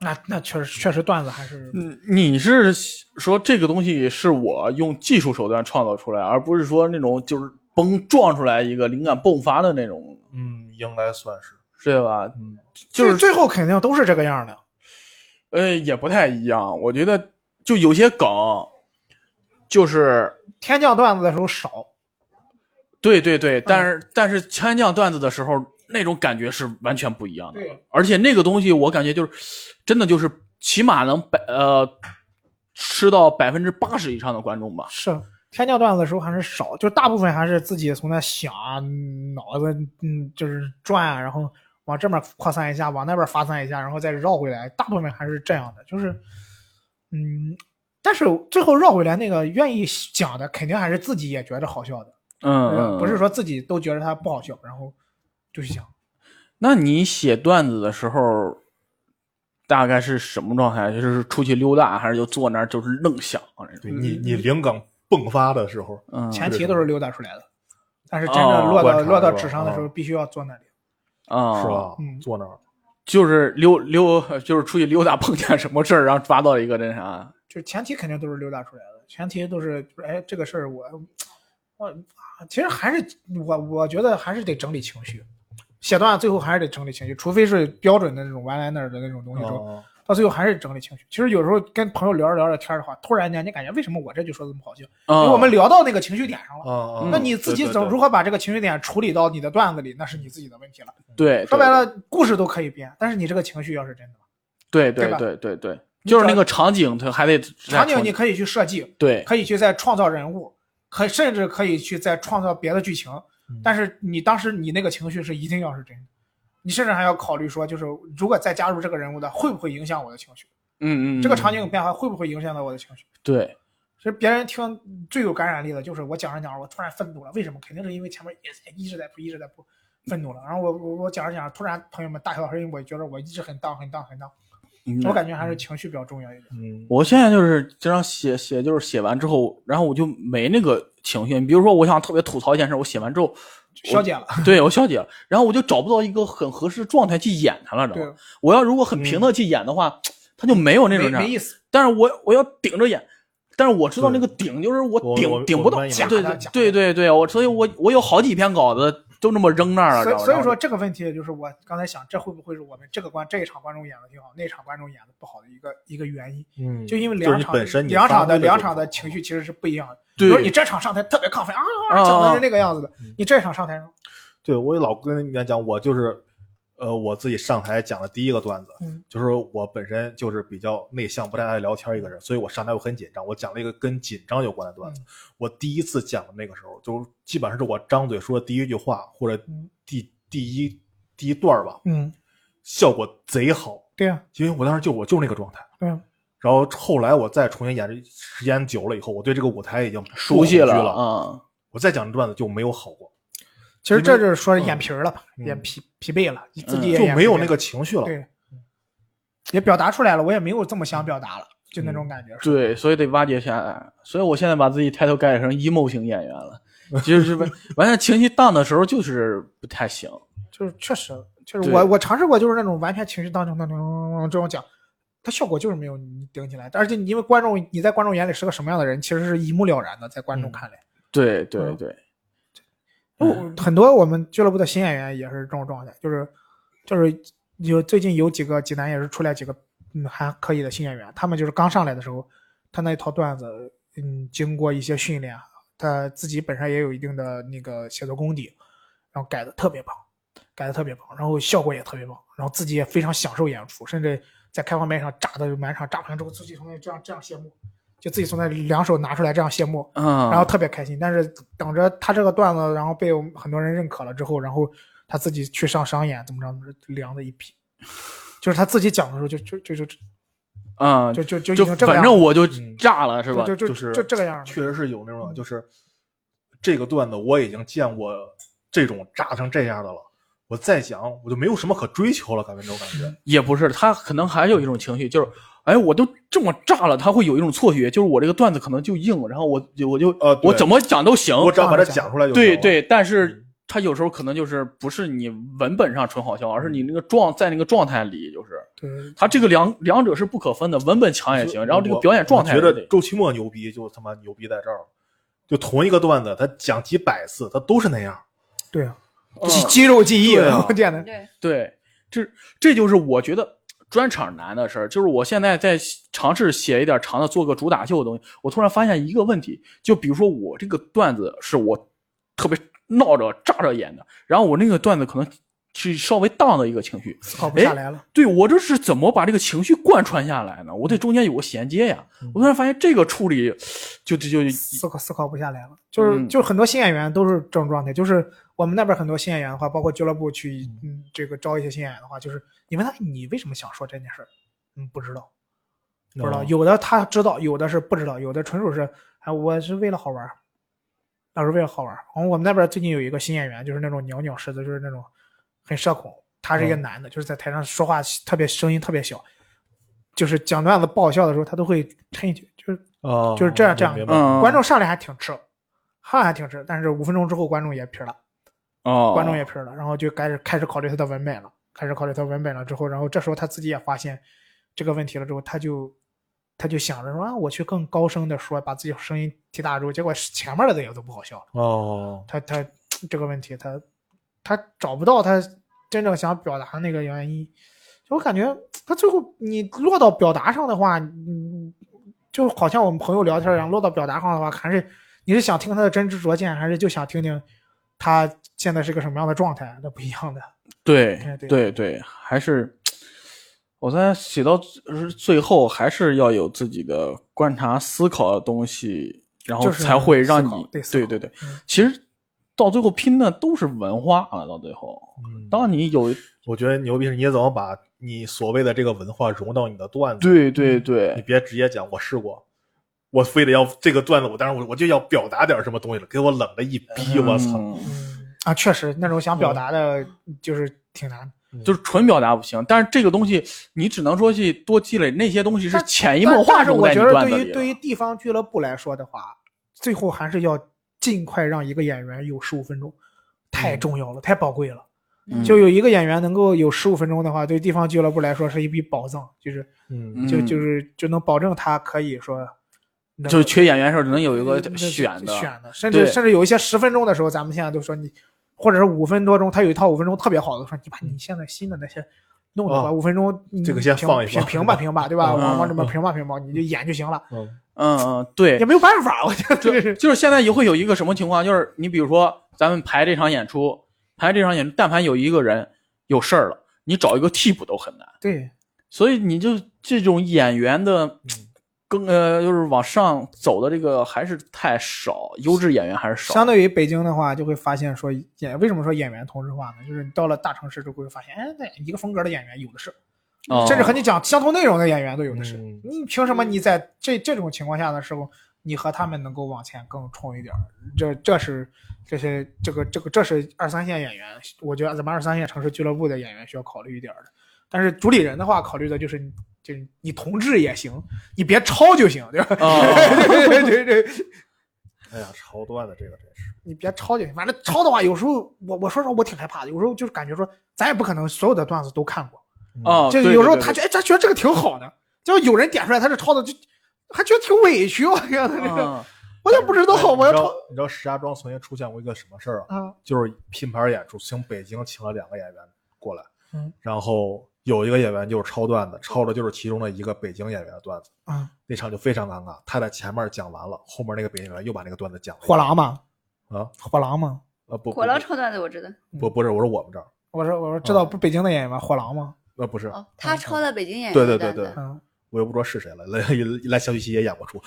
Speaker 4: 那那确实确实段子还是
Speaker 1: 嗯，你是说这个东西是我用技术手段创造出来，而不是说那种就是崩撞出来一个灵感迸发的那种，
Speaker 2: 嗯，应该算是。
Speaker 1: 是吧？
Speaker 2: 嗯，
Speaker 1: 就是
Speaker 4: 最最后肯定都是这个样的。
Speaker 1: 呃，也不太一样。我觉得就有些梗，就是
Speaker 4: 天降段子的时候少，
Speaker 1: 对对对，但
Speaker 4: 嗯
Speaker 1: 是、但是天降段子的时候，那种感觉是完全不一样的。
Speaker 4: 对，
Speaker 1: 而且那个东西我感觉就是，真的就是起码能百呃吃到百分之八十以上的观众吧。
Speaker 4: (laughs) 是天降段子的时候还是少，就大部分还是自己从那想啊，嗯脑子嗯就是转啊，然后往这边扩散一下，往那边发散一下，然后再绕回来，大部分还是这样的，就是嗯，但是最后绕回来那个愿意讲的，肯定还是自己也觉着好笑的。
Speaker 1: 嗯，嗯
Speaker 4: 嗯，不是说自己都觉得他不好笑，然后就去讲。
Speaker 1: 那你写段子的时候，大概是什么状态？就是出去溜达，还是就坐那儿就是愣想那种？
Speaker 2: 对
Speaker 4: 嗯
Speaker 2: 你，你灵感迸发的时候，
Speaker 1: 嗯，
Speaker 4: 前
Speaker 2: 对
Speaker 4: 提
Speaker 2: 对
Speaker 4: 都是溜达出来的，但是真正落
Speaker 2: 哦
Speaker 4: 到
Speaker 2: 观察
Speaker 4: 落到
Speaker 2: 是吧
Speaker 4: 纸上的时候，
Speaker 2: 哦
Speaker 4: 必须要坐那里。
Speaker 1: 啊，
Speaker 2: 是？吧？
Speaker 4: 嗯
Speaker 2: 坐那儿，
Speaker 1: 就是溜溜，就是出去溜达，碰见什么事儿，然后抓到一个那啥，
Speaker 4: 就是前提肯定都是溜达出来的，前提都是就是哎这个事儿我我啊其实还是我我觉得还是得整理情绪，写段最后还是得整理情绪，除非是标准的那种 one liner 的那种东西之后，
Speaker 2: 哦
Speaker 4: 到最后还是整理情绪。其实有时候跟朋友聊着聊着天儿的话，突然间你感觉为什么我这句说的这么好笑？因为
Speaker 1: 嗯
Speaker 4: 我们聊到那个情绪点上了。
Speaker 2: 哦，
Speaker 4: 嗯那你自己怎么如
Speaker 2: 何？
Speaker 4: 何把这个情绪点处理到你的段子里，那是你自己的问题了。
Speaker 1: 对，
Speaker 4: 说白
Speaker 1: 对，
Speaker 4: 了，故事都可以编，但是你这个情绪要是真的，
Speaker 1: 对
Speaker 4: 对
Speaker 1: 对
Speaker 4: 吧
Speaker 1: 对对对，
Speaker 4: 你
Speaker 1: 就是那
Speaker 4: 找
Speaker 1: 个场景，它还得
Speaker 4: 场景
Speaker 1: 再
Speaker 4: 你
Speaker 1: 重
Speaker 4: 可以去设计，
Speaker 1: 对
Speaker 4: 可以去再创造人物，可甚至可以去再创造别的剧情
Speaker 2: 嗯。
Speaker 4: 但是你当时你那个情绪是一定要是真的，你甚至还要考虑说，就是如果再加入这个人物的，会不会影响我的情绪？
Speaker 1: 嗯嗯，
Speaker 4: 这个
Speaker 1: 嗯
Speaker 4: 场景变化会不会影响到我的情绪？
Speaker 1: 对
Speaker 4: 其实别人听最有感染力的就是我讲着讲着，我突然愤怒了，为什么？肯定是因为前面一直在一直在扑，一直在扑，愤怒了。然后我我我讲着讲着，突然朋友们大笑，是因为我觉得我一直很荡很荡很荡。
Speaker 1: 嗯
Speaker 4: 我感觉还是情绪比较重要一点。
Speaker 2: 嗯，
Speaker 1: 我现在就是经常写写，就是写完之后，然后我就没那个情绪。你比如说，我想特别吐槽一件事，我写完之后，
Speaker 4: 消解了， (laughs)
Speaker 1: 对我消解了，然后我就找不到一个很合适的状态去演它了，知道
Speaker 4: 对嗯
Speaker 1: 吗？，我要如果很平的去演的话，它就没有那
Speaker 4: 没
Speaker 1: 种这
Speaker 4: 没
Speaker 1: 样。
Speaker 4: 意思。
Speaker 1: 但是我我要顶着演，但是我知道那个顶就是
Speaker 2: 我
Speaker 1: 我顶
Speaker 2: 我
Speaker 1: 顶
Speaker 2: 我
Speaker 1: 不到，
Speaker 2: 明白你
Speaker 1: 对
Speaker 4: 的
Speaker 1: 对
Speaker 4: 意思
Speaker 1: 对对对，我所以我我有好几篇稿子都那么扔那儿了，
Speaker 4: 所
Speaker 1: 知
Speaker 4: 以
Speaker 1: 道吗
Speaker 4: 所以
Speaker 1: 然后
Speaker 4: 说这个问题，就是我刚才想，这会不会是我们这个观这一场观众演的挺好，那一场观众演的不好的一个一个原因？
Speaker 2: 嗯，
Speaker 4: 就因为
Speaker 2: 就是
Speaker 4: 两
Speaker 2: 你
Speaker 4: 场
Speaker 2: 本身你
Speaker 4: 两
Speaker 2: 发
Speaker 4: 场
Speaker 2: 挥
Speaker 4: 的
Speaker 2: 的
Speaker 4: 两
Speaker 2: 就
Speaker 4: 场的
Speaker 2: 不好
Speaker 4: 情绪其实是不一样的。
Speaker 1: 对
Speaker 4: 比如你这场上台特别亢奋啊，
Speaker 1: 啊
Speaker 4: 讲
Speaker 1: 啊
Speaker 4: 的是这个样子的，你这场上台
Speaker 2: 对我老跟人家讲，我就是，呃，我自己上台讲的第一个段子，
Speaker 4: 嗯
Speaker 2: 就是我本身就是比较内向，不太爱聊天一个人，所以我上台我很紧张。我讲了一个跟紧张有关的
Speaker 4: 嗯
Speaker 2: 段子，我第一次讲的那个时候，就基本上是我张嘴说的第一句话或者
Speaker 4: 嗯
Speaker 2: 第第一第一段儿吧，
Speaker 4: 嗯，
Speaker 2: 效果贼好，
Speaker 4: 对呀、
Speaker 2: 因为我当时就我就那个状态。
Speaker 4: 对啊呀、
Speaker 2: 然后后来我再重新演，时间久了以后，我对这个舞台已经
Speaker 1: 熟悉
Speaker 2: 了
Speaker 1: 了
Speaker 4: 嗯
Speaker 1: 啊，
Speaker 2: 我再讲这段子就没有好过，
Speaker 4: 其实这就是说眼皮儿了吧，
Speaker 2: 嗯
Speaker 4: 也疲疲惫了，自己也
Speaker 2: 就
Speaker 4: 眼
Speaker 2: 没
Speaker 4: 疲
Speaker 2: 有
Speaker 4: 惫
Speaker 2: 那
Speaker 4: 了
Speaker 2: 个情绪了。嗯
Speaker 4: 对，也表达出来了，我也没有这么想表达了，就那种感觉。
Speaker 1: 对，所以得挖掘下来。所以我现在把自己抬头改成 emo 型演员了，就是
Speaker 4: (laughs)
Speaker 1: 完完全情绪荡的时候就是不太行。
Speaker 4: 就是确实，就是
Speaker 1: 对
Speaker 4: 我我尝试过，就是那种完全情绪当中那种这种讲，它效果就是没有你顶起来，而且你因为观众你在观众眼里是个什么样的人，其实是一目了然的，在观众
Speaker 2: 嗯
Speaker 4: 看来，
Speaker 1: 对对
Speaker 4: 嗯
Speaker 1: 对，
Speaker 4: 我很多我们俱乐部的新演员也是这种状态，就是就是有最近有几个济南也是出来几个嗯还可以的新演员，他们就是刚上来的时候，他那一套段子，嗯，经过一些训练，他自己本身也有一定的那个写作功底，然后改的特别棒，改的特别棒，然后效果也特别棒，然后自己也非常享受演出，甚至在开放麦上炸的满场炸完之后，自己从那这样这样谢幕，就自己从那两手拿出来这样谢幕，
Speaker 1: 嗯，
Speaker 4: 然后特别开心。但是等着他这个段子，然后被我们很多人认可了之后，然后他自己去上商演，怎么着，怎么着，凉的一批。就是他自己讲的时候就，就就就
Speaker 1: 嗯，
Speaker 4: 就就就已
Speaker 1: 就
Speaker 4: 经这个
Speaker 1: 反
Speaker 4: 样
Speaker 1: 正
Speaker 4: 了，
Speaker 1: 我就
Speaker 2: 嗯
Speaker 1: 炸了，是吧？
Speaker 4: 就就
Speaker 2: 就
Speaker 4: 就是这个样了。嗯
Speaker 2: 确实是有那种，就是这个段子我已经见过这种炸成这样的了，我再讲我就没有什么可追求了，感觉这种感觉。
Speaker 1: 也不是，他可能还有一种情绪，就是哎，我都这么炸了，他会有一种错觉，就是我这个段子可能就硬，然后我就我就
Speaker 2: 呃对
Speaker 1: 我怎么讲都行，啊
Speaker 2: 我只要把它讲出来就行
Speaker 1: 对
Speaker 2: 了嗯
Speaker 1: 对，但是他有时候可能就是不是你文本上纯好笑，而是你那个状在那个状态里，就是
Speaker 4: 对，
Speaker 1: 他这个两两者是不可分的，文本强也行，然后这个
Speaker 2: 我
Speaker 1: 表演状态
Speaker 2: 我
Speaker 1: 也
Speaker 2: 觉
Speaker 1: 得
Speaker 2: 得周奇墨牛逼，就他妈牛逼在这儿了。就同一个段子，他讲几百次，他都是那样。
Speaker 4: 对啊，
Speaker 1: 嗯
Speaker 4: 肌肌肉记忆，
Speaker 2: 对
Speaker 4: (laughs)
Speaker 2: 啊
Speaker 4: 我天呐，
Speaker 3: 对，
Speaker 1: 对，这这就是我觉得专场难的事儿。就是我现在在尝试写一点长的，做个主打秀的东西。我突然发现一个问题，就比如说我这个段子是我特别闹着炸着演的，然后我那个段子可能是稍微荡的一个情绪。
Speaker 4: 思考不下来了。
Speaker 1: 对我这是怎么把这个情绪贯穿下来呢？我得中间有个衔接呀。
Speaker 4: 嗯
Speaker 1: 我突然发现这个处理就，就就
Speaker 4: 思考思考不下来了，就是、
Speaker 1: 嗯
Speaker 4: 就是很多新演员都是这种状态，就是我们那边很多新演员的话，包括俱乐部去嗯这个招一些新演员的话，就是你问他你为什么想说这件事儿，嗯不知道，不知道，
Speaker 2: 嗯
Speaker 4: 有的他知道，有的是不知道，有的纯属是哎我是为了好玩儿，那是为了好玩儿。然后我们那边最近有一个新演员，就是那种袅袅式的，就是那种很社恐，他是一个
Speaker 2: 嗯
Speaker 4: 男的，就是在台上说话特别声音特别小，就是讲段子爆笑的时候，他都会抻一句，就是
Speaker 2: 哦
Speaker 4: 就是这样这样
Speaker 2: 明白
Speaker 1: 嗯，
Speaker 4: 观众上来还挺吃，上来还挺吃，但是五分钟之后观众也皮儿了，
Speaker 1: 哦，
Speaker 4: 观众也皮儿了，然后就开始开始考虑他的文本了，开始考虑他文本了之后，然后这时候他自己也发现这个问题了之后，他就他就想着说啊，我去更高声的说，把自己声音提大之后，结果前面的那个都不好笑
Speaker 1: 嗯
Speaker 4: 了。
Speaker 2: 哦，
Speaker 4: 他他这个问题，他他找不到他真正想表达的那个原因。就我感觉他最后你落到表达上的话，嗯，就好像我们朋友聊天一样，落到表达上的话，还是你是想听他的真知灼见，还是就想听听他现在是个什么样的状态？那不一样的。
Speaker 1: 对
Speaker 4: 哎对
Speaker 1: 对对，还是我在写到最最后，还是要有自己的观察、思考的东西，然后
Speaker 4: 就是
Speaker 1: 才会让
Speaker 4: 思考
Speaker 1: 你
Speaker 4: 对思
Speaker 1: 对
Speaker 4: 考
Speaker 1: 对对
Speaker 4: 嗯。
Speaker 1: 其实到最后拼的都是文化啊，到最后，
Speaker 4: 嗯
Speaker 1: 当你有
Speaker 2: 嗯我觉得牛逼是你怎么把你所谓的这个文化融到你的段子，
Speaker 1: 对对
Speaker 2: 你
Speaker 4: 嗯
Speaker 1: 对
Speaker 2: 别直接讲我试过，我非得要这个段子，我当然我我就要表达点什么东西了，给我冷的一逼，我操！
Speaker 1: 嗯
Speaker 4: 嗯啊，确实那种想表达的，就是挺难的。
Speaker 1: 就是纯表达不行，但是这个东西你只能说去多积累，那些东西是
Speaker 4: 但
Speaker 1: 潜移默化
Speaker 4: 但是
Speaker 1: 融
Speaker 4: 我
Speaker 1: 在你
Speaker 4: 觉得
Speaker 1: 段子
Speaker 4: 对
Speaker 1: 里
Speaker 4: 于
Speaker 1: 的。
Speaker 4: 对于地方俱乐部来说的话，最后还是要尽快让一个演员有十五分钟，太重要了，太宝贵了。
Speaker 1: 嗯
Speaker 4: 就有一个演员能够有十五分钟的话，对地方俱乐部来说是一笔宝藏，就是
Speaker 2: 嗯
Speaker 4: 就
Speaker 1: 嗯
Speaker 4: 就是就能保证他可以说能
Speaker 1: 就是缺演员的时候，只能有一个
Speaker 4: 嗯
Speaker 1: 选的，
Speaker 4: 选的，甚至
Speaker 1: 对
Speaker 4: 甚至有一些十分钟的时候，咱们现在都说你，或者是五分多钟，他有一套五分钟特别好的，说你把
Speaker 1: 嗯
Speaker 4: 你现在新的那些弄了吧，
Speaker 2: 哦
Speaker 4: 五分钟你
Speaker 2: 这个先
Speaker 4: 平
Speaker 2: 放一
Speaker 4: 平
Speaker 2: 放
Speaker 4: 平吧平吧，对吧？
Speaker 1: 嗯
Speaker 4: 往往这么
Speaker 2: 嗯
Speaker 4: 平吧平吧，你就演就行了，
Speaker 2: 嗯
Speaker 1: 嗯嗯，对
Speaker 4: 也，没有办法，我觉得这
Speaker 1: 就是就是现在也会有一个什么情况，就是你比如说咱们排这场演出，排这场演出，但凡有一个人有事儿了，你找一个替补都很难，
Speaker 4: 对，
Speaker 1: 所以你就这种演员的更呃就是往上走的这个还是太少，优质演员还是
Speaker 4: 相
Speaker 1: 少。
Speaker 4: 对于北京的话，就会发现说演为什么说演员同质化呢？就是你到了大城市就会发现，哎，那一个风格的演员有的是，
Speaker 1: 哦
Speaker 4: 甚至和你讲相同内容的演员都有的是。
Speaker 2: 嗯
Speaker 4: 你凭什么你在这这种情况下的时候，你和他们能够往前更冲一点儿？这这是这些这个这个这是二三线演员，我觉得咱们二三线城市俱乐部的演员需要考虑一点儿的。但是主理人的话，考虑的就是你就是你同志也行，你别抄就行，对吧？
Speaker 1: 哦
Speaker 4: (laughs) 对对对对，
Speaker 2: 哎呀，超段子这个真是，
Speaker 4: 你别抄就行。反正抄的话，有时候我我说实话，我挺害怕的。有时候就是感觉说，咱也不可能所有的段子都看过。
Speaker 2: 嗯
Speaker 1: 哦，
Speaker 4: (laughs) 就
Speaker 1: 对
Speaker 4: 有时候
Speaker 1: 对对
Speaker 4: 他觉得哎，咱觉得这个挺好的，结果有人点出来他是抄的，就还觉得挺委屈。我觉得这个，
Speaker 1: 嗯
Speaker 4: 我也不知道
Speaker 2: 哎，
Speaker 4: 我要
Speaker 2: 你知
Speaker 4: 抄
Speaker 2: 道你知道石家庄曾经出现过一个什么事儿啊？
Speaker 4: 啊，
Speaker 2: 就是拼盘演出，从北京请了两个演员过来，
Speaker 4: 嗯
Speaker 2: 然后有一个演员就是抄段子，抄的就是其中的一个北京演员的段子，
Speaker 4: 啊，
Speaker 2: 那场就非常尴尬。他在前面讲完了，后面那个北京演员又把那个段子讲了一遍
Speaker 4: 火狼嘛，
Speaker 2: 啊，
Speaker 4: 火狼嘛。
Speaker 2: 呃不，
Speaker 3: 火狼抄段子我知道，
Speaker 2: 不不不是，我说我们这儿，
Speaker 4: 我说我说
Speaker 1: 啊
Speaker 4: 知道不是北京的演员吗？火狼嘛，
Speaker 2: 呃不是，
Speaker 3: 哦，他抄的北京演员
Speaker 2: 对
Speaker 3: 的
Speaker 2: 对
Speaker 3: 段
Speaker 2: 对
Speaker 3: 子
Speaker 2: 对，
Speaker 4: 嗯，
Speaker 2: 我又不知道是谁了，来 (laughs) 来小雨熙也演过出，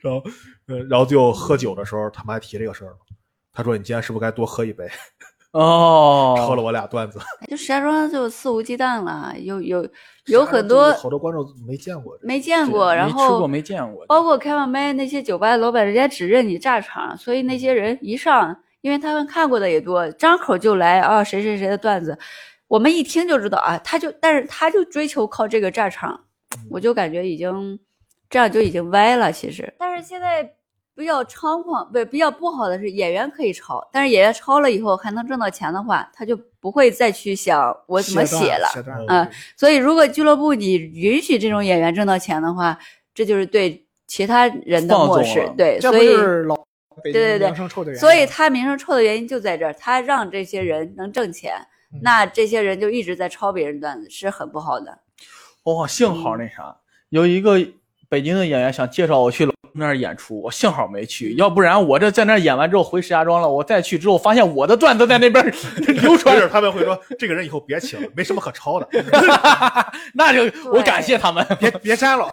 Speaker 2: 然后呃然后就喝酒的时候，他们还提这个事儿了。他说：“你今天是不是该多喝一杯？
Speaker 1: 哦，
Speaker 2: 抄了我俩段子，
Speaker 3: 就石家庄就肆无忌惮了，有有有很多
Speaker 2: 好多观众没见过。
Speaker 3: 没见
Speaker 1: 对
Speaker 3: 过，然
Speaker 1: 没吃
Speaker 3: 后
Speaker 1: 过没见过，
Speaker 3: 包括开放麦那些酒吧的老板，人家只认你炸场，所以那
Speaker 4: 嗯
Speaker 3: 些人一上，因为他们看过的也多，张口就来啊谁谁谁的段子，我们一听就知道啊，他就但是他就追求靠这个炸场，
Speaker 4: 嗯
Speaker 3: 我就感觉已经这样就已经歪了，其实。但是现在比较猖狂，不是比较不好的是演员可以抄，但是演员抄了以后还能挣到钱的话，他就不会再去想我怎么
Speaker 4: 写
Speaker 3: 写
Speaker 4: 段
Speaker 3: 了。
Speaker 4: 写段
Speaker 1: 哦
Speaker 4: 子
Speaker 3: 嗯，所以，如果俱乐部你允许这种演员挣到钱的话，这就是对其他人的
Speaker 1: 放纵
Speaker 3: 漠
Speaker 1: 了
Speaker 3: 视。对，
Speaker 4: 这
Speaker 3: 所
Speaker 4: 不
Speaker 3: 以，
Speaker 4: 就是老
Speaker 3: 对
Speaker 4: 北京
Speaker 3: 对对
Speaker 4: 名声臭的原因吗？
Speaker 3: 所以他名声臭的原因就在这儿，他让这些人能挣钱，
Speaker 4: 嗯
Speaker 3: 那这些人就一直在抄别人段子，是很不好的。
Speaker 1: 哦，幸好那啥，有一个北京的演员想介绍我去老那儿演出，我幸好没去，要不然我这在那儿演完之后回石家庄了，我再去之后发现我的段子在那边儿 (laughs) 流
Speaker 2: 不
Speaker 1: 传
Speaker 2: 是，，他们会说这个人以后别请了，没什么可抄的。 (laughs)
Speaker 1: 那就我感谢他们。 (laughs)
Speaker 4: 别别删了，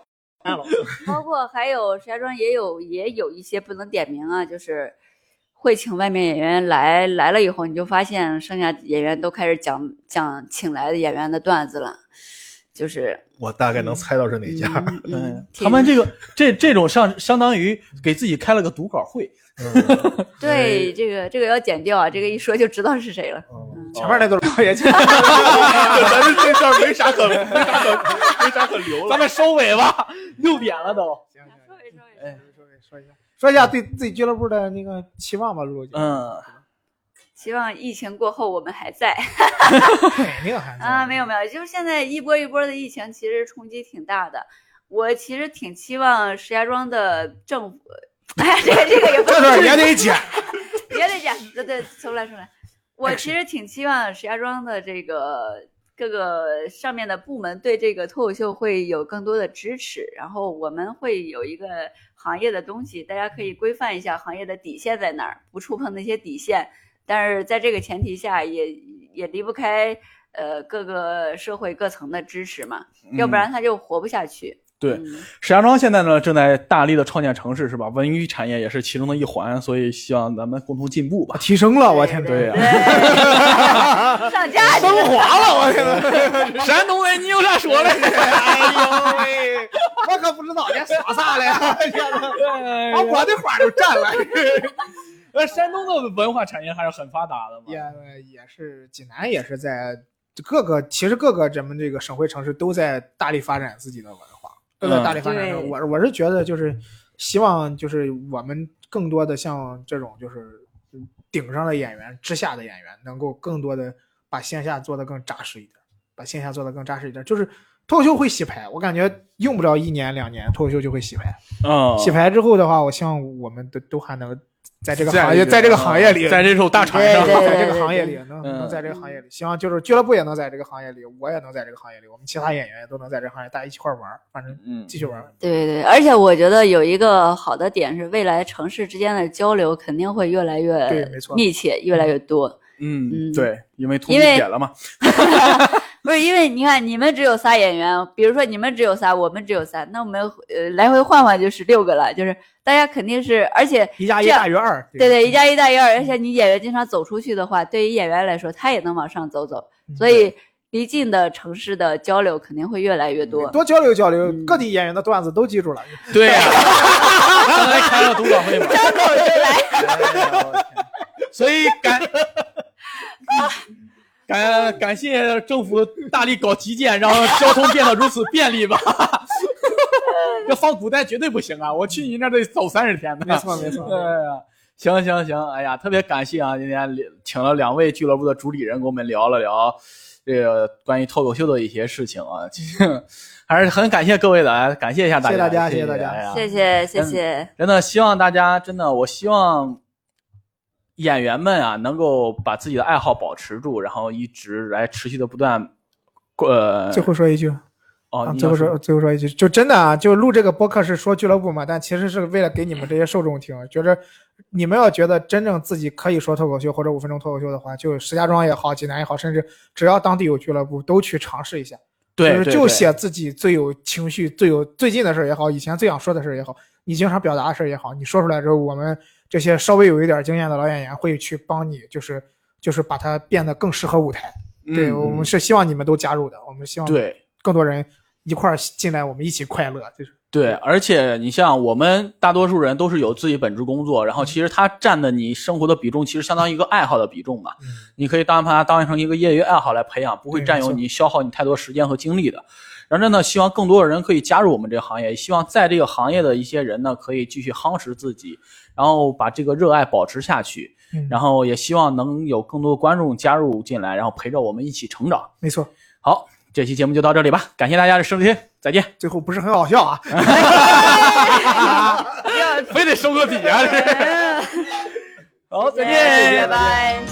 Speaker 3: 包括还有石家庄也有也有一些不能点名啊，就是会请外面演员来，来了以后你就发现剩下演员都开始讲讲请来的演员的段子了，就是
Speaker 2: 我大概能猜到是哪家。
Speaker 3: 嗯
Speaker 4: (laughs)
Speaker 3: 嗯嗯
Speaker 1: 他们
Speaker 3: 挺
Speaker 1: 这个这这种上相当于给自己开了个读稿会，
Speaker 3: 嗯
Speaker 2: 嗯
Speaker 3: 对，
Speaker 4: 哎
Speaker 3: 这个这个要剪掉啊，这个一说就知道是谁了。
Speaker 4: 前面那都是老
Speaker 3: (laughs)
Speaker 4: 爷子。
Speaker 2: (laughs) 咱们这事儿没啥可没啥可没啥可留
Speaker 1: 咱
Speaker 2: 了。
Speaker 1: 们收尾吧，六点了都。
Speaker 4: 行行
Speaker 3: 说一说一说
Speaker 1: 哎，
Speaker 4: 说一说一下，说一下对自己俱乐部的那个期望吧，陆姐。，
Speaker 1: (laughs) 嗯，
Speaker 3: 希望疫情过后我们还在
Speaker 4: 肯定还在嗯
Speaker 3: 啊啊，没有没有，就是现在一波一波的疫情，其实冲击挺大的。我其实挺期望石家庄的政府， (laughs) 哎，这个这个也不
Speaker 4: 这段也得剪，
Speaker 3: 别得讲，对对，重来重来。我其实挺期望石家庄的这个各个上面的部门对这个脱口秀会有更多的支持，然后我们会有一个行业的东西，大家可以规范一下行业的底线在哪儿，不触碰那些底线。但是在这个前提下也，也离不开呃各个社会各层的支持嘛，要不然他就活不下去。
Speaker 1: 嗯对
Speaker 3: 嗯
Speaker 1: 石家庄现在呢正在大力的创建城市，是吧？文娱产业也是其中的一环，所以希望咱们共同进步吧。
Speaker 4: 提升了， (laughs) 我天，
Speaker 1: 对呀、
Speaker 3: (laughs) 上价值
Speaker 4: 升华了，我天呐。
Speaker 1: 山东的，你有啥说 (laughs) 的？
Speaker 4: 哎呦喂，我可不知道该说啥 (laughs) 了，
Speaker 1: 哎
Speaker 4: 把我的话都占了。
Speaker 1: 呃，山东的文化产业还是很发达的嘛。
Speaker 4: 也也是，济南也是在各个，其实各个咱们这个省会城市都在大力发展自己的文化，都在大力发展。
Speaker 3: 嗯对
Speaker 4: 我我是觉得就是希望就是我们更多的像这种就是顶上的演员、之下的演员，能够更多的把线下做得更扎实一点，把线下做得更扎实一点。就是脱口秀会洗牌，我感觉用不着一年两年，脱口秀就会洗牌。
Speaker 1: 嗯，
Speaker 4: 洗牌之后的话，我希望我们都都还能在这个
Speaker 1: 在啊
Speaker 4: 行业，在这个行业里，
Speaker 1: 在这首大厂
Speaker 4: 对
Speaker 1: 上，
Speaker 4: 对对
Speaker 3: 对
Speaker 4: 在这
Speaker 3: 对
Speaker 4: 个行业
Speaker 3: 对
Speaker 4: 里能
Speaker 1: 嗯
Speaker 4: 能在这个行业里，希望就是俱乐部也能在这个行业里，我也能在这个行业里，我们其他演员也都能在这个行业，大家一起块儿玩儿，反正
Speaker 1: 嗯，
Speaker 4: 继续玩儿。
Speaker 3: 对对对，而且我觉得有一个好的点是，未来城市之间的交流肯定会越来
Speaker 4: 对
Speaker 3: 越
Speaker 4: 没错
Speaker 3: 密切，越来越多。
Speaker 1: 嗯，
Speaker 3: 嗯
Speaker 1: 对，因为通缉
Speaker 3: 因为
Speaker 1: 点了嘛。
Speaker 3: 不是因为你看，你们只有仨演员，比如说你们只有仨，我们只有仨，那我们呃来回换换就是六个了，就是大家肯定是，而且
Speaker 4: 一加一
Speaker 3: 这样
Speaker 4: 大于二，
Speaker 3: 对对，一加一大于二，而且你演员经常走出去的话，对于演员来说，他也能往上走走，
Speaker 4: 嗯
Speaker 3: 所以离近的城市的交流肯定会越来越多。
Speaker 4: 多交流交流，
Speaker 3: 嗯
Speaker 4: 各地演员的段子都记住了。
Speaker 1: 对呀、 (laughs) 刚才开了读稿会嘛，
Speaker 3: 张口就来。
Speaker 1: (laughs) 所以感
Speaker 4: 啊
Speaker 1: 感感谢政府大力搞基建，让交通变得如此便利吧。 (laughs) 这放古代绝对不行啊！我去你那得走三十天呢。
Speaker 4: (laughs) 没错
Speaker 1: (laughs)
Speaker 4: 没错
Speaker 1: 对哎呀，行行行，哎呀，特别感谢啊！今天两请了两位俱乐部的主理人，跟我们聊了聊这个关于脱口秀的一些事情啊， (laughs) 其实还是很感谢各位的，哎感谢一下大家，
Speaker 4: 谢谢大家
Speaker 1: 谢
Speaker 4: 谢谢大家
Speaker 1: 哎呀
Speaker 3: 谢谢谢谢，
Speaker 1: 真的希望大家真的，我希望演员们啊能够把自己的爱好保持住，然后一直来持续的不断，呃，
Speaker 4: (laughs) 最后说一句
Speaker 1: 哦，
Speaker 4: 啊，
Speaker 1: 你
Speaker 4: 最
Speaker 1: 要
Speaker 4: 后说最后说一句，就真的啊，就录这个播客是说俱乐部嘛，但其实是为了给你们这些受众听，觉着。你们要觉得真正自己可以说脱口秀或者五分钟脱口秀的话，就石家庄也好，济南也好，甚至只要当地有俱乐部，都去尝试一下。
Speaker 1: 对，
Speaker 4: 就是
Speaker 1: 对
Speaker 4: 就
Speaker 1: 对
Speaker 4: 写自己最有情绪、最有最近的事儿也好，以前最想说的事儿也好，你经常表达的事儿也好，你说出来之后，我们这些稍微有一点经验的老演员会去帮你，就是就是把它变得更适合舞台。对、
Speaker 1: 嗯
Speaker 4: 我们是希望你们都加入的，我们希望
Speaker 1: 对。
Speaker 4: 更多人一块儿进来，我们一起快乐。就是
Speaker 1: 对，而且你像我们大多数人都是有自己本职工作，然后其实它占的你生活的比重，其实相当于一个爱好的比重嘛。你可以当把它当成一个业余爱好来培养，不会
Speaker 4: 嗯对
Speaker 1: 占
Speaker 4: 没
Speaker 1: 用
Speaker 4: 错
Speaker 1: 你消耗你太多时间和精力的。然后呢，希望更多的人可以加入我们这个行业，希望在这个行业的一些人呢，可以继续夯实自己，然后把这个热爱保持下去。
Speaker 4: 嗯
Speaker 1: 然后也希望能有更多的观众加入进来，然后陪着我们一起成长。
Speaker 4: 没错，
Speaker 1: 好，这期节目就到这里吧，感谢大家的收听，再见。
Speaker 4: 最后不是很好笑啊。
Speaker 1: 非得收个底啊！这是好，再
Speaker 3: 谢谢
Speaker 1: 哎见，
Speaker 3: 拜拜。